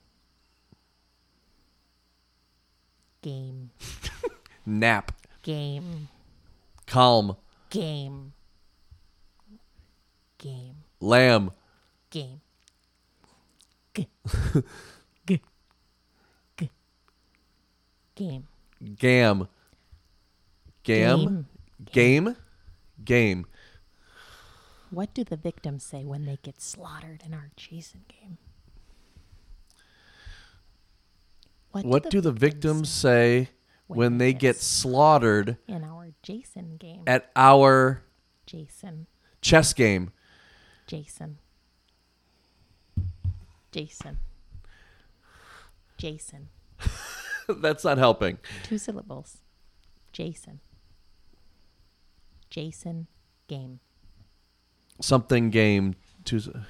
Game. Nap. Game. Calm. Game. Game. Lamb. Game. Game. Gam. Gam. Game. Game. What do the victims say when they get slaughtered in our Jason game? What do the victims say when they get slaughtered in our Jason game? at our Jason, chess game? (laughs) Jason, Jason, Jason. That's not helping. Two syllables. Jason. Jason game. Something game. Tues (laughs)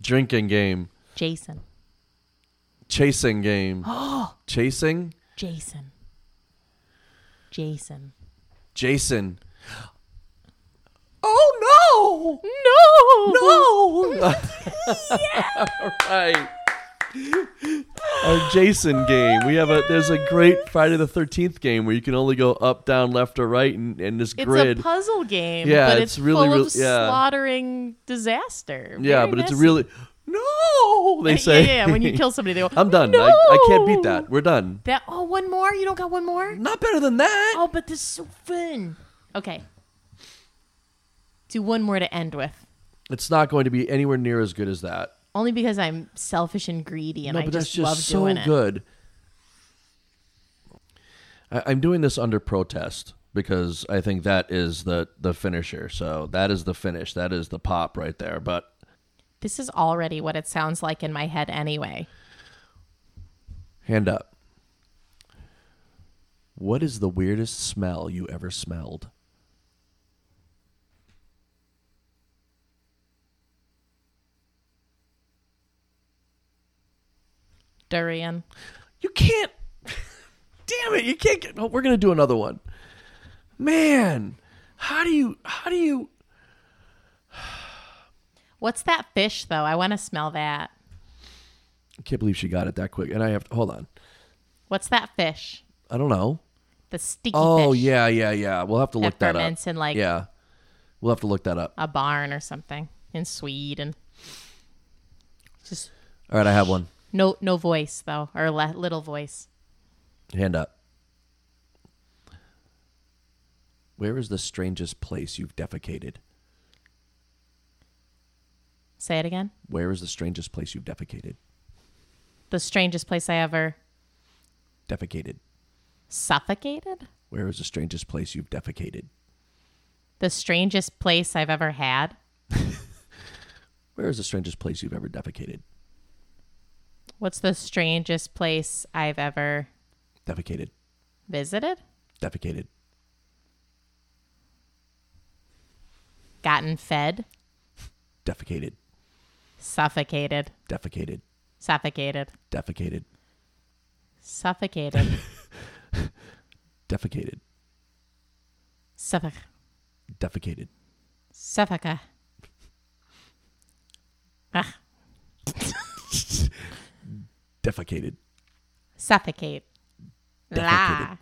Drinking game. Jason. Chasing (gasps) game. Chasing. Jason. Jason. Jason. Oh no! No! No! (laughs) All right. Our Jason game. We have a there's a great Friday the thirteenth game where you can only go up, down, left, or right and, and this It's grid. a puzzle game, Yeah, but it's it's, really, full really- of yeah. slaughtering disaster. yeah, Very but it's messy. really No they (laughs) Yeah, say yeah, yeah, When (laughs) you kill somebody, they go, I'm done. No! I, I can't beat that. We're done. That oh, one more? You don't got one more? Not better than that. Oh, but this is so fun. Okay. Do one more to end with. It's not going to be anywhere near as good as that. Only because I'm selfish and greedy and no, I but just, that's love just so doing it. good. I, I'm doing this under protest because I think that is the the finisher. So that is the finish. That is the pop right there. But This is already what it sounds like in my head anyway. hand up. What is the weirdest smell you ever smelled? Durian. You can't. (laughs) Damn it! You can't get. Oh, we're gonna do another one. Man, how do you? How do you? What's that fish though? I want to smell that. I can't believe she got it that quick. And I have to hold on. What's that fish? I don't know. The sticky Oh fish. yeah, yeah, yeah. We'll have to look that up. Peppermints and, like- yeah, we'll have to look that up. A barn or something in Sweden. Just All right, I have one. no no voice though or le- little voice. Hand up. Where is the strangest place you've defecated? Say it again. Where is the strangest place you've defecated? The strangest place I ever Defecated. suffocated. Where is the strangest place you've defecated? The strangest place I've ever had. Where is the strangest place you've ever defecated? What's the strangest place I've ever Defecated. visited? Defecated. Gotten fed? Defecated. Suffocated. Defecated. Suffocated. Defecated. (laughs) Suffocated. Defecated. Suffoc. Defecated. Suffoca. Ah, Defecated. suffocate. La.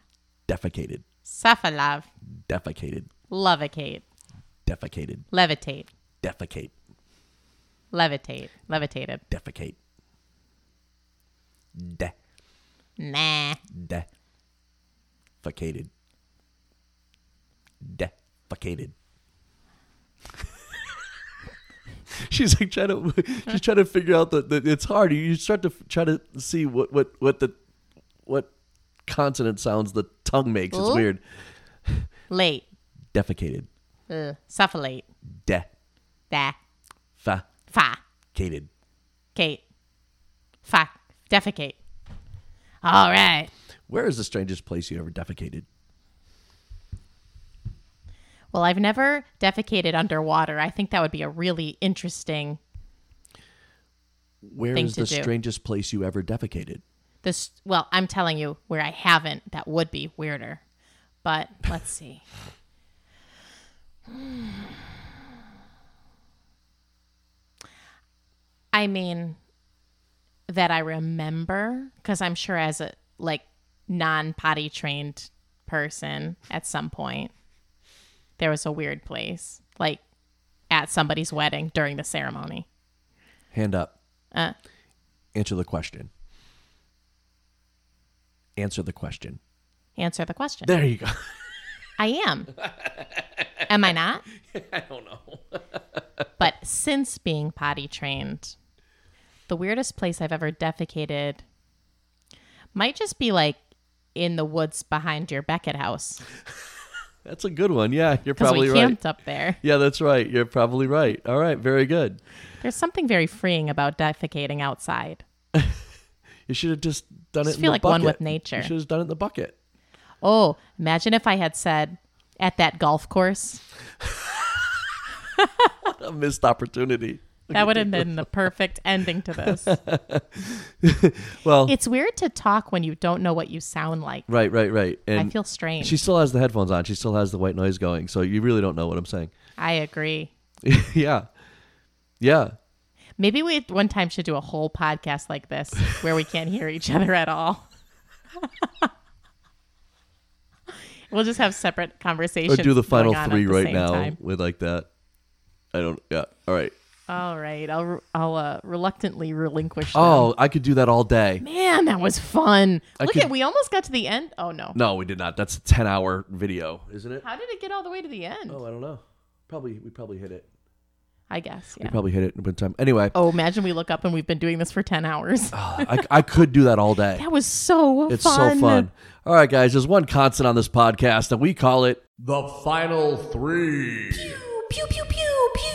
Defecated. Defecated. Suffer love. Defecated. Lovicate. Defecated. Levitate. Defecate. Levitate. Levitated. defecate. De Nah. defecated. Defecated. (laughs) she's like trying to she's trying to figure out that it's hard. You start to f- try to see what what what the what consonant sounds the tongue makes. It's Ooh. weird. Late. Defecated. L. Suffocate. Da. Defecated. Fa. Kate. Fa. Defecate. All right. Where is the strangest place you ever defecated? Well, I've never defecated underwater. I think that would be a really interesting. Where Thing is to the do. strangest place you ever defecated? This well, I'm telling you, where I haven't, that would be weirder. But let's see. (sighs) I mean, that I remember, because I'm sure as a like non potty trained person at some point, there was a weird place, like at somebody's wedding during the ceremony. Hand up. Uh, Answer the question. Answer the question. answer the question. There you go. (laughs) I am. am I not? (laughs) I don't know. (laughs) But since being potty trained, the weirdest place I've ever defecated might just be like in the woods behind your Beckett house That's a good one. Yeah, you're because we probably right. camped up there. Yeah, that's right. You're probably right. All right, very good. There's something very freeing about defecating outside. You should have just done Just it. in feel the like one bucket. with nature. You should have done it in the bucket. Oh, imagine if I had said at that golf course. A missed opportunity. That would have been the perfect ending (laughs) to this. Well, It's weird to talk when you don't know what you sound like. right, right, right. I And feel strange. she still has the headphones on. She still has the white noise going. So you really don't know what I'm saying. (laughs) I agree. yeah, yeah. Maybe we one time should do a whole podcast like this where we can't hear each other at all. (laughs) we'll just have separate Or conversations. do the final going on at three the right same now time. with like that. I don't. Yeah. All right. All right, I'll re- I'll uh, reluctantly relinquish. Them. Oh Oh, I could do that all day. man, that was fun. I Look could- at we almost got to the end. Oh no. No, we did not. That's a ten-hour video, isn't it? How did it get all the way to the end? Oh, I don't know. Probably we probably hit it. I guess. We Yeah. probably hit it in one time. Anyway, Oh, imagine we look up and we've been doing this for ten (sighs) hours. I, I could do that all day. That was so Oh. It's fun. so fun. All right, guys, there's one constant on this podcast, and we call it the final three. Pew pew pew pew pew.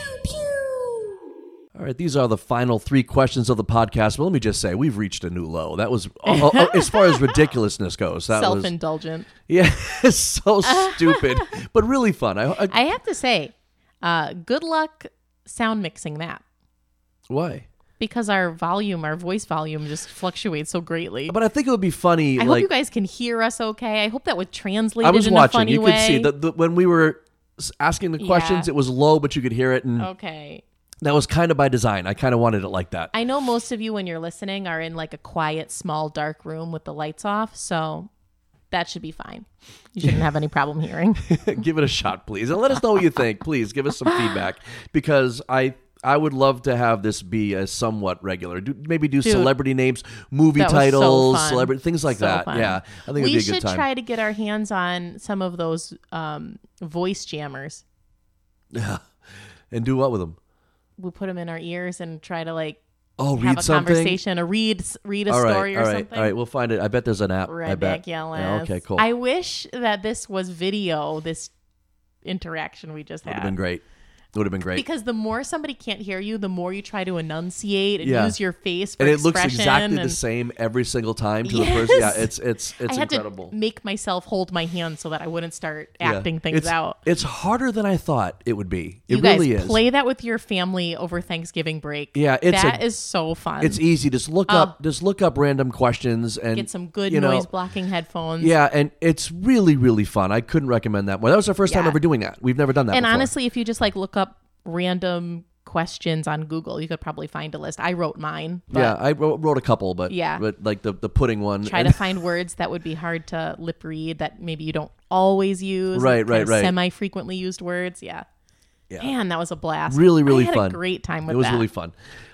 All right, these are the final three questions of the podcast. But let me just say, we've reached a new low. That was, oh, oh, as far (laughs) as ridiculousness goes, that Self was indulgent. (laughs) yeah, so stupid, but really fun. I, I, I have to say, uh, good luck sound mixing that why? because our volume, our voice volume, just fluctuates so greatly. But I think it would be funny. I like, hope you guys can hear us okay. I hope that would translate. I was in A watching. funny You way. could see that the, when we were s- asking the questions, Yeah. Oh. it was low, but you could hear it, and Okay. that was kind of by design. I kind of wanted it like that. I know most of you, when you're listening, are in like a quiet, small, dark room with the lights off, so that should be fine. You shouldn't have any (laughs) problem hearing. (laughs) give it a shot, please, and let us know what you (laughs) think. Please give us some feedback because I. I would love to have this be a somewhat regular. Do, maybe do celebrity names, movie that was so titles, fun. celebrity things like So that. fun. Yeah, I think we it'd be a should good time. try to get our hands on some of those um, voice jammers. and do what with them? We put them in our ears and try to like Oh, have read a something. conversation, a read read a All right, story or all right, something. all right. We'll find it. I bet there's an app. I bet. Redneck yelling. Yeah, okay, cool. I wish that this was video. This interaction we just Would have been had. great. Would have been great. Because the more somebody can't hear you, the more you try to enunciate and Yeah. use your face for and it looks expression exactly the and- same every single time to the Yes. first. Yeah, it's it's I it's had incredible. to make myself hold my hand so that I wouldn't start Yeah. acting things It's- out. It's harder than I thought it would be. It you guys really is. play that with your family over Thanksgiving break. Yeah, it's a- That is so fun. It's easy. Just look up. Just look up random questions and Get some good you know, noise blocking headphones. Yeah, and it's really really fun. I couldn't recommend that more. That was our first time Yeah. ever doing that. We've never done that. And before. honestly, if you just like look up random questions on Google, you could probably find a list. I wrote mine. But yeah, I wrote, wrote a couple, but Yeah. but like the the pudding one. Try and- to find words that would be hard to lip read that maybe you don't always use. Right, right, right. Semi frequently used words. Yeah. Yeah. Man, that was a blast. Really, I really had a fun. great time with It was that. really fun.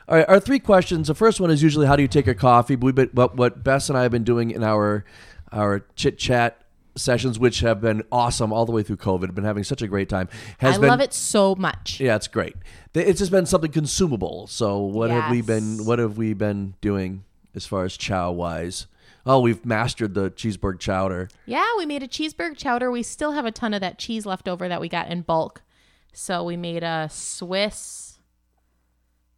All right, our three questions. The first one is usually how do you take your coffee? But we've been, what what Bess and I have been doing in our our chit chat sessions, which have been awesome all the way through COVID, been having such a great time. Has I been, love it so much. Yeah, it's great. Th- It's just been something consumable. So what have we been? Yes. What have we been doing as far as chow wise? Oh, we've mastered the cheeseburg chowder. Yeah, we made a cheeseburger chowder. We still have a ton of that cheese left over that we got in bulk. So we made a Swiss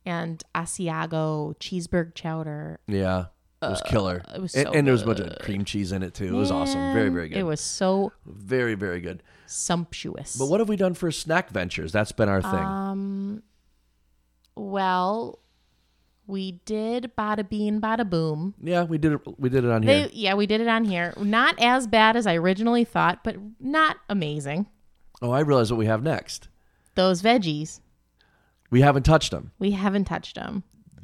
and Asiago cheeseburger chowder. Yeah, it was killer. It Uh, was and, so and there was a bunch of cream cheese in it too. It was awesome. Very, very good. It was so very, very good. sumptuous. But what have we done for snack ventures? That's been our thing. Uh, well, we did bada bean, bada boom. yeah, we did it. We did it on They, here. yeah, we did it on here. Not as bad as I originally thought, but not amazing. Oh, I realize what we have next. Those veggies, We haven't touched them. we haven't touched them.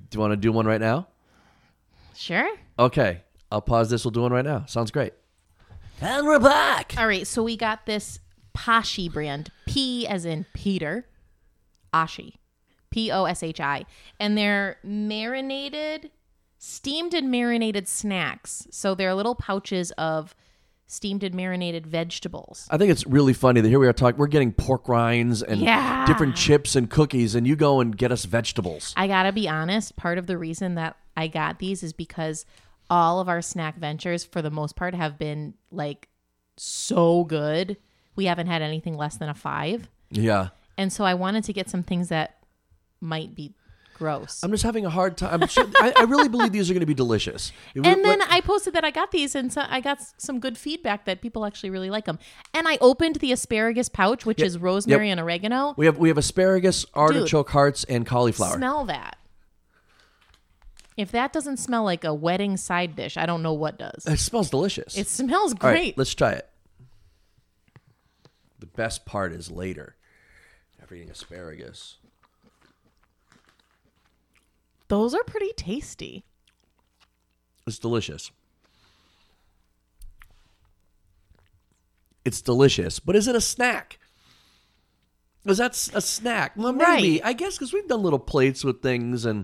Do you want to do one right now? Sure. Okay, I'll pause this. We'll do one right now. Sounds great. And we're back. All right. So we got this Pashi brand. P as in Peter. Ashi. P O S H I. And they're marinated, steamed and marinated snacks. So they're little pouches of steamed and marinated vegetables. I think it's really funny that here we are talking. We're getting pork rinds and Yeah. different chips and cookies, and you go and get us vegetables. I gotta be honest, part of the reason that I got these is because all of our snack ventures, for the most part, have been like so good. We haven't had anything less than a five. Yeah. And so I wanted to get some things that might be gross. I'm just having a hard time. I'm sure, I, I really believe these are going to be delicious. It and would- then I posted that I got these, and so I got s- some good feedback that people actually really like them. And I opened the asparagus pouch, which is rosemary and oregano. we have we have asparagus, artichoke hearts, and cauliflower. Smell that. If that doesn't smell like a wedding side dish, I don't know what does. it smells delicious. It smells All great. right, let's try it. The best part is later. After eating asparagus, Those are pretty tasty. it's delicious. It's delicious, but is it a snack? Is that s- a snack? Well, maybe Right. I guess because we've done little plates with things, and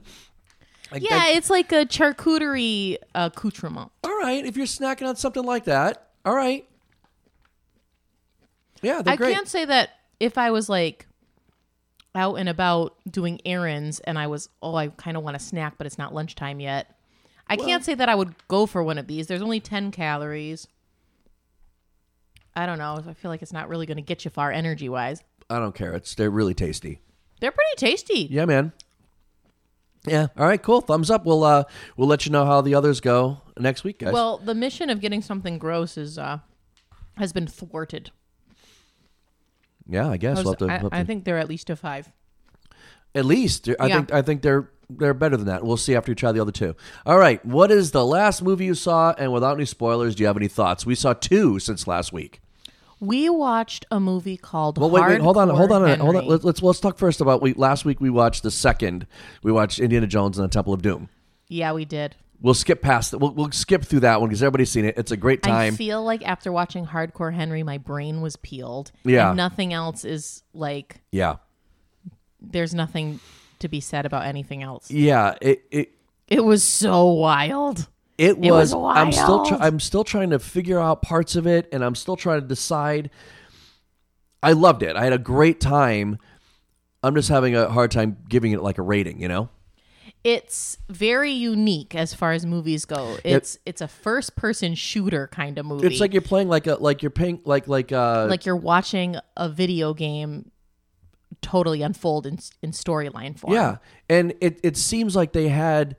I, I- Yeah, it's like a charcuterie uh, accoutrement. all right. If you're snacking on something like that, all right. Yeah, they're I great. can't say that if I was like out and about doing errands and I was, oh, I kind of want a snack, but it's not lunchtime yet. I can't say that I would go for one of these. There's only 10 calories. I don't know. I feel like it's not really going to get you far energy wise. I don't care. It's they're really tasty. They're pretty tasty. Yeah, man. Yeah. All right. Cool. Thumbs up. We'll uh we'll let you know how the others go next week, guys. Well, the mission of getting something gross is uh has been thwarted. yeah, I guess I, we'll have to, I- we'll have I to- think they're at least a five. at least. I Yeah. think I think they're they're better than that. We'll see after you try the other two. All right. What is the last movie you saw? And without any spoilers, do you have any thoughts? We saw two since last week. We watched a movie called. Well, wait, wait, hold on, hold on, a Hardcore minute, hold on. Henry. Let's let's let's talk first about we last week we watched the second. We watched Indiana Jones and the Temple of Doom. Yeah, we did. We'll skip past that. We'll, we'll skip through that one because everybody's seen it. It's a great I time. feel like after watching Hardcore Henry, my brain was peeled. Yeah. and nothing else is like. yeah, There's nothing to be said about anything else. yeah. It it It was so wild. It It was was. I'm still. Try, wild. I'm still trying to figure out parts of it, and I'm still trying to decide. I loved it. I had a great time. I'm just having a hard time giving it like a rating. You know. It's very unique as far as movies go. It's it's a first person shooter kind of movie. It's like you're playing like a like you're paying like like uh like you're watching a video game totally unfold in in storyline form. yeah, and it it seems like they had.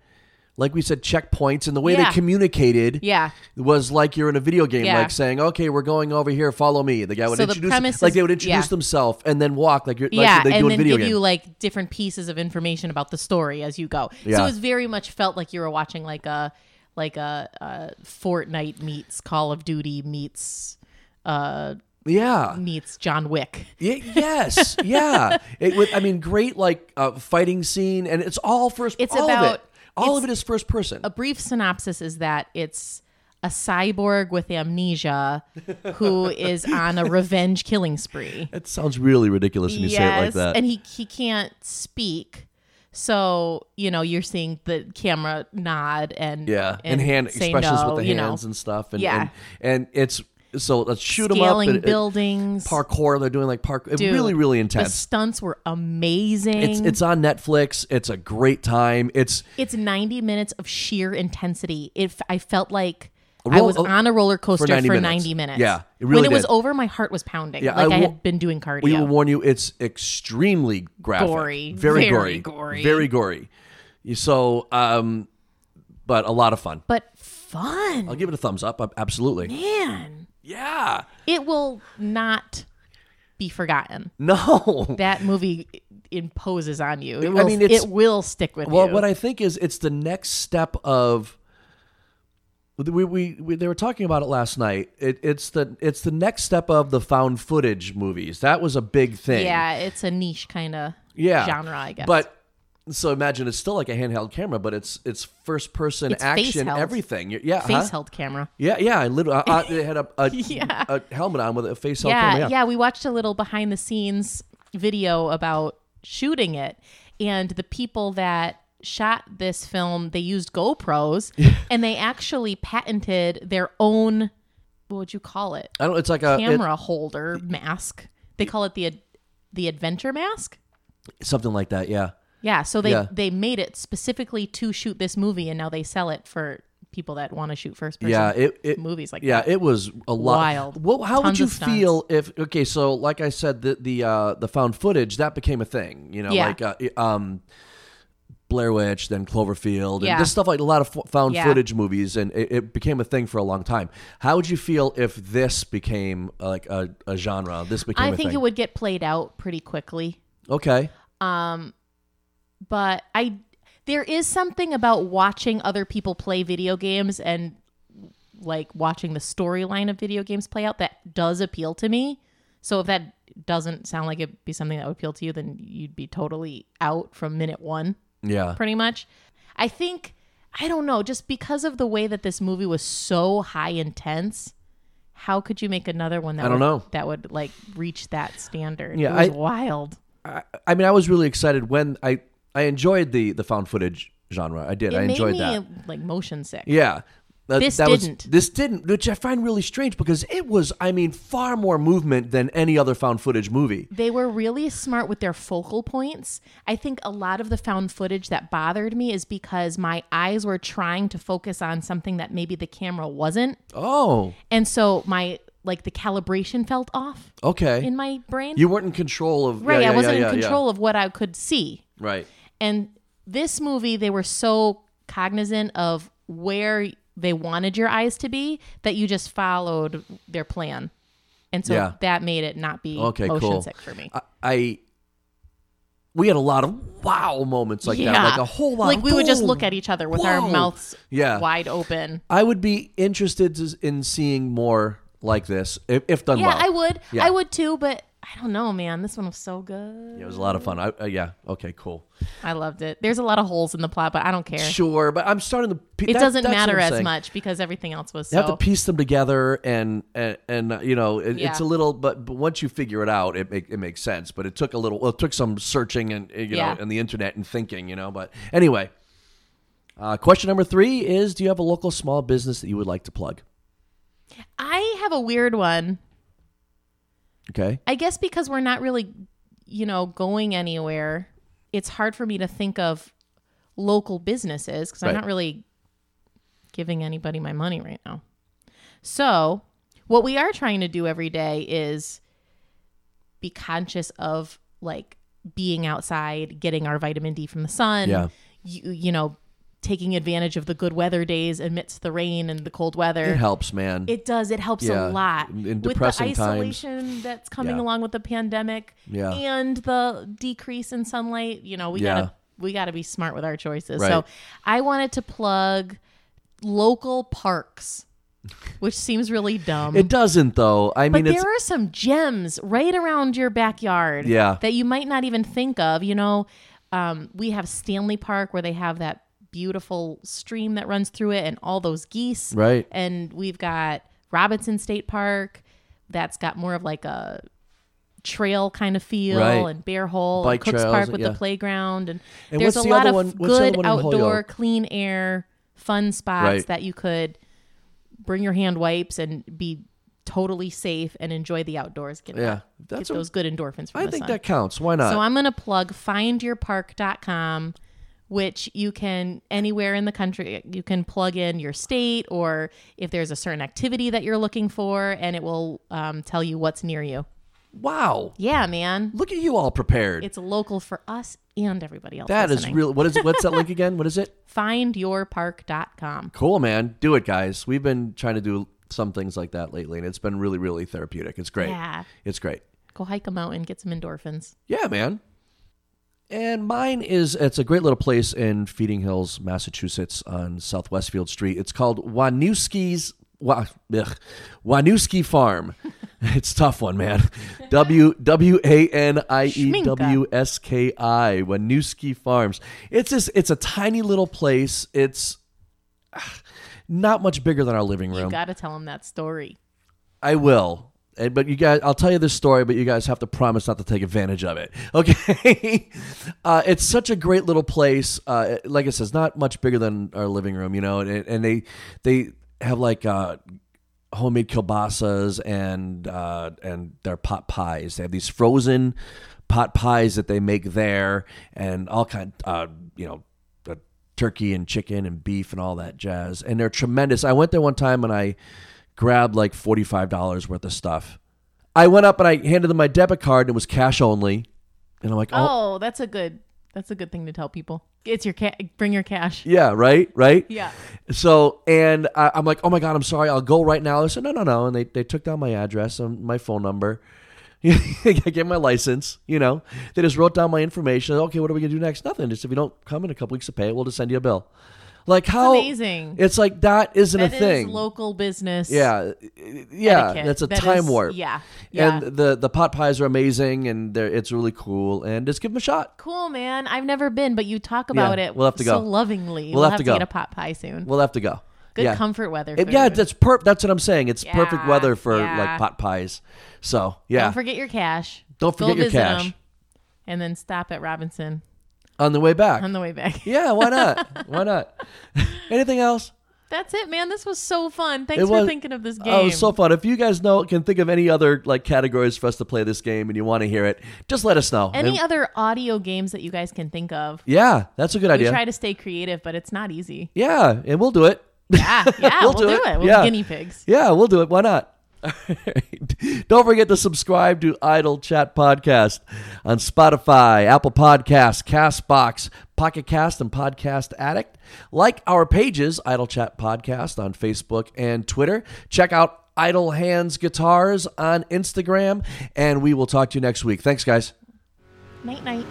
Like we said, checkpoints and the way Yeah. they communicated Yeah. was like you're in a video game, Yeah. like saying, "Okay, we're going over here. Follow me." The guy would So the introduce, premise like is- they would introduce yeah. themselves and then walk, like you're, like yeah, they do and in then video give game. you like different pieces of information about the story as you go. Yeah. So it's very much felt like you were watching like a like a, uh Fortnite meets Call of Duty meets uh yeah, meets John Wick. Y yes, yeah. It was, I mean, great like uh, fighting scene, and it's all first. It's all of about- it. All of it is first person. A brief synopsis is that it's a cyborg (laughs) with amnesia who is on a revenge killing spree. that sounds really ridiculous when you say it like Yes, that. And he he can't speak. So, you know, you're seeing the camera nod and yeah, and, hand say expressions no, with the you know. hands and stuff, and, Yeah. and and it's so let's shoot them up scaling and, uh, and buildings. parkour. They're doing like parkour. Dude, really, really The intense. stunts were amazing. It's it's on Netflix. It's a great time. It's It's 90 minutes of sheer intensity. It f- I felt like I roll- was uh, on a roller coaster for 90 90 minutes. minutes. Yeah, it when really it was did. over, my heart was pounding. Yeah, like I I, wa- had been doing cardio. we will warn you. It's extremely graphic, Gory. very, Very gory, gory. very gory. So, um, but a lot of fun. but fun. I'll give it a thumbs up. ab- Absolutely. Man, Yeah. it will not be forgotten. No. That movie imposes on you. It I will, mean, it's- it will stick with Well, you. what I think is it's the next step of we, we, we they were talking about it last night. It, it's the it's the next step of the found footage movies. That was a big thing. yeah, it's a niche kind of Yeah. genre, I guess. But So imagine it's still like a handheld camera, but it's it's first person It's action, face-held. everything. You're, yeah, huh? Face held camera. Yeah, yeah. I literally, I, I they had a a, (laughs) Yeah. a helmet on with a face held yeah, camera. yeah. We watched a little behind the scenes video about shooting it, and the people that shot this film, they used GoPros, (laughs) and they actually patented their own. What would you call it? I don't. It's like a Uh, it- Camera holder mask. They call it the ad- the adventure mask. something like that. Yeah. Yeah, so they Yeah. they made it specifically to shoot this movie, and now they sell it for people that want to shoot first person. Yeah, it, it movies like yeah, that. it was a lot. Wild. Well, how would Tons you of stunts. feel if okay? So, like I said, the the uh, the found footage that became a thing. You know, Yeah. like uh, um, Blair Witch, then Cloverfield, and Yeah. this stuff like a lot of fo- found Yeah. footage movies, and it, it became a thing for a long time. How would you feel if this became uh, like a, a genre? This became. I a think thing? it would get played out pretty quickly. Okay. Um, but I there is something about watching other people play video games and like watching the storyline of video games play out that does appeal to me. So if that doesn't sound like it'd be something that would appeal to you, then you'd be totally out from minute one, Yeah. pretty much. I think I don't know, just because of the way that this movie was so high intense, how could you make another one that I don't would, know. that would like reach that standard? Yeah, it was I- wild. I, I mean, I was really excited when I I enjoyed the the found footage genre. I did. It I made enjoyed me that. like motion sick. Yeah. That, This that Was, didn't. this didn't, which I find really strange because it was, I mean, far more movement than any other found footage movie. they were really smart with their focal points. I think a lot of the found footage that bothered me is because my eyes were trying to focus on something that maybe the camera wasn't. Oh, And so my like the calibration felt off okay. in my brain. you weren't in control of. yeah, right, yeah, I wasn't yeah, yeah, in yeah. control of what I could see. Right. And this movie they were so cognizant of where they wanted your eyes to be that you just followed their plan. And so Yeah. that made it not be Okay, motion cool. sick for me. I, I. We had a lot of wow moments like that, like a whole lot. Like we would just boom. look at each other with our Whoa. mouths Yeah. wide open. I would be interested to- in seeing more like this if, if done Yeah, well. I would. Yeah. I would too, but I don't know, man. This one was so good. Yeah, it was a lot of fun. I, uh, yeah. Okay. Cool. I loved it. There's a lot of holes in the plot, but I don't care. Sure, but I'm starting to. pe- it that- doesn't that's what matter I'm as saying. much because everything else was You have so to piece them together, and and, and uh, you know it, Yeah. it's a little, but but once you figure it out, it make, it makes sense. But it took a little, well, it took some searching and uh, you Yeah. know, and the internet and thinking, you know. But anyway, uh, question number three is: Do you have a local small business that you would like to plug? I have a weird one. Okay, I guess because we're not really, you know, going anywhere, it's hard for me to think of local businesses because Right. I'm not really giving anybody my money right now. So, what we are trying to do every day is be conscious of like being outside, getting our vitamin D from the sun, Yeah. you, you know, taking advantage of the good weather days amidst the rain and the cold weather. it helps, man. It does. It helps Yeah, a lot in- in depressing times. with the isolation that's coming Yeah. along with the pandemic Yeah. and the decrease in sunlight. You know, we Yeah. gotta we gotta be smart with our choices. Right. So I wanted to plug local parks, which seems really dumb. It doesn't though. I but mean, it's there are some gems right around your backyard Yeah. that you might not even think of. You know, um, we have Stanley Park where they have that beautiful stream that runs through it and all those geese right. and we've got Robinson State Park that's got more of like a trail kind of feel Right. and bear hole Bike and Cooks trails, Park with yeah. the playground and, And there's what's a the lot other of one- what's the other good one in outdoor Holyoke? clean air fun spots Right. that you could bring your hand wipes and be totally safe and enjoy the outdoors get, Yeah, get that's. A, those good endorphins from I the think sun. that counts. Why not? So I'm going to plug findyourpark.com, which you can anywhere in the country, you can plug in your state or if there's a certain activity that you're looking for, and it will um, tell you what's near you. wow, Yeah, man. look at you all prepared. It's local for us and everybody else. that is listening. real. What is what's that link again? What is it? Findyourpark.com. Cool, man. Do it, guys. We've been trying to do some things like that lately, and it's been really, really therapeutic. It's great. Yeah. It's great. Go hike a mountain, get some endorphins. Yeah, man. And mine is it's a great little place in Feeding Hills, Massachusetts on South Westfield Street. It's called Wanewski's Wa- ugh, Wanuski Farm. (laughs) It's a tough one, man. W W A N I E W S K I Wanuski Farms. It's just it's a tiny little place. It's ah, not much bigger than our living You room. got to tell him that story. I will. Eh, But you guys, I'll tell you this story, but you guys have to promise not to take advantage of it. (laughs) Okay. uh, it's such a great little place. Uh, it- like I said, it's not much bigger than our living room, you know, and, and they, they have like, uh, homemade kielbasa's and uh, and their pot pies. They have these frozen pot pies that they make there, and all kind, uh, you know, uh, turkey and chicken and beef and all that jazz. And they're tremendous. I went there one time and I grabbed like forty five dollars worth of stuff. I went up and I handed them my debit card and it was cash only. And I'm like, oh, Oh, that's a good that's a good thing to tell people. It's your ca- bring your cash. yeah, right, right. Yeah. So, and I, I'm like, oh my God, I'm sorry. I'll go right now. They said, no, no, no. And they, they took down my address and my phone number. (laughs) I gave my license, you know. They just wrote down my information. Okay, what are we going to do next? Nothing. Just if you don't come in a couple weeks to pay it, we'll just send you a bill. Like how amazing. It's like that isn't That a is thing. local business. yeah. Yeah. etiquette. That's a That time is- warp. Yeah. Yeah. And the, the pot pies are amazing and they're, it's really cool. And just give them a shot. cool, man. I've never been, but you talk about it we'll have to so go. lovingly. We'll have to go. get a pot pie soon. We'll have to go. good yeah. comfort weather. It- yeah, food. that's per- that's what I'm saying. It's perfect Yeah, weather for yeah. like pot pies. So yeah, Don't forget your cash. Don't Go forget your visit cash. 'em, and then stop at Robinson on the way back. on the way back. (laughs) yeah, why not? why not? Anything else? That's it, man. This was so fun. Thanks It for was- thinking of this game. Oh, it was so fun. If you guys know can think of any other like categories for us to play this game and you want to hear it, just let us know. Any And- other audio games that you guys can think of? yeah, that's a good We idea. try to stay creative, but it's not (laughs) easy. yeah, and we'll do it. Yeah, yeah, We'll we'll, do do, it. it. We'll Yeah. be guinea pigs. Yeah, we'll do it. Why not? Alright. Don't forget to subscribe to Idle Chat Podcast on Spotify, Apple Podcasts, Castbox, Pocket Cast, and Podcast Addict. Like our pages, Idle Chat Podcast on Facebook and Twitter. Check out Idle Hands Guitars on Instagram, and we will talk to you next week. Thanks, guys. Night, night.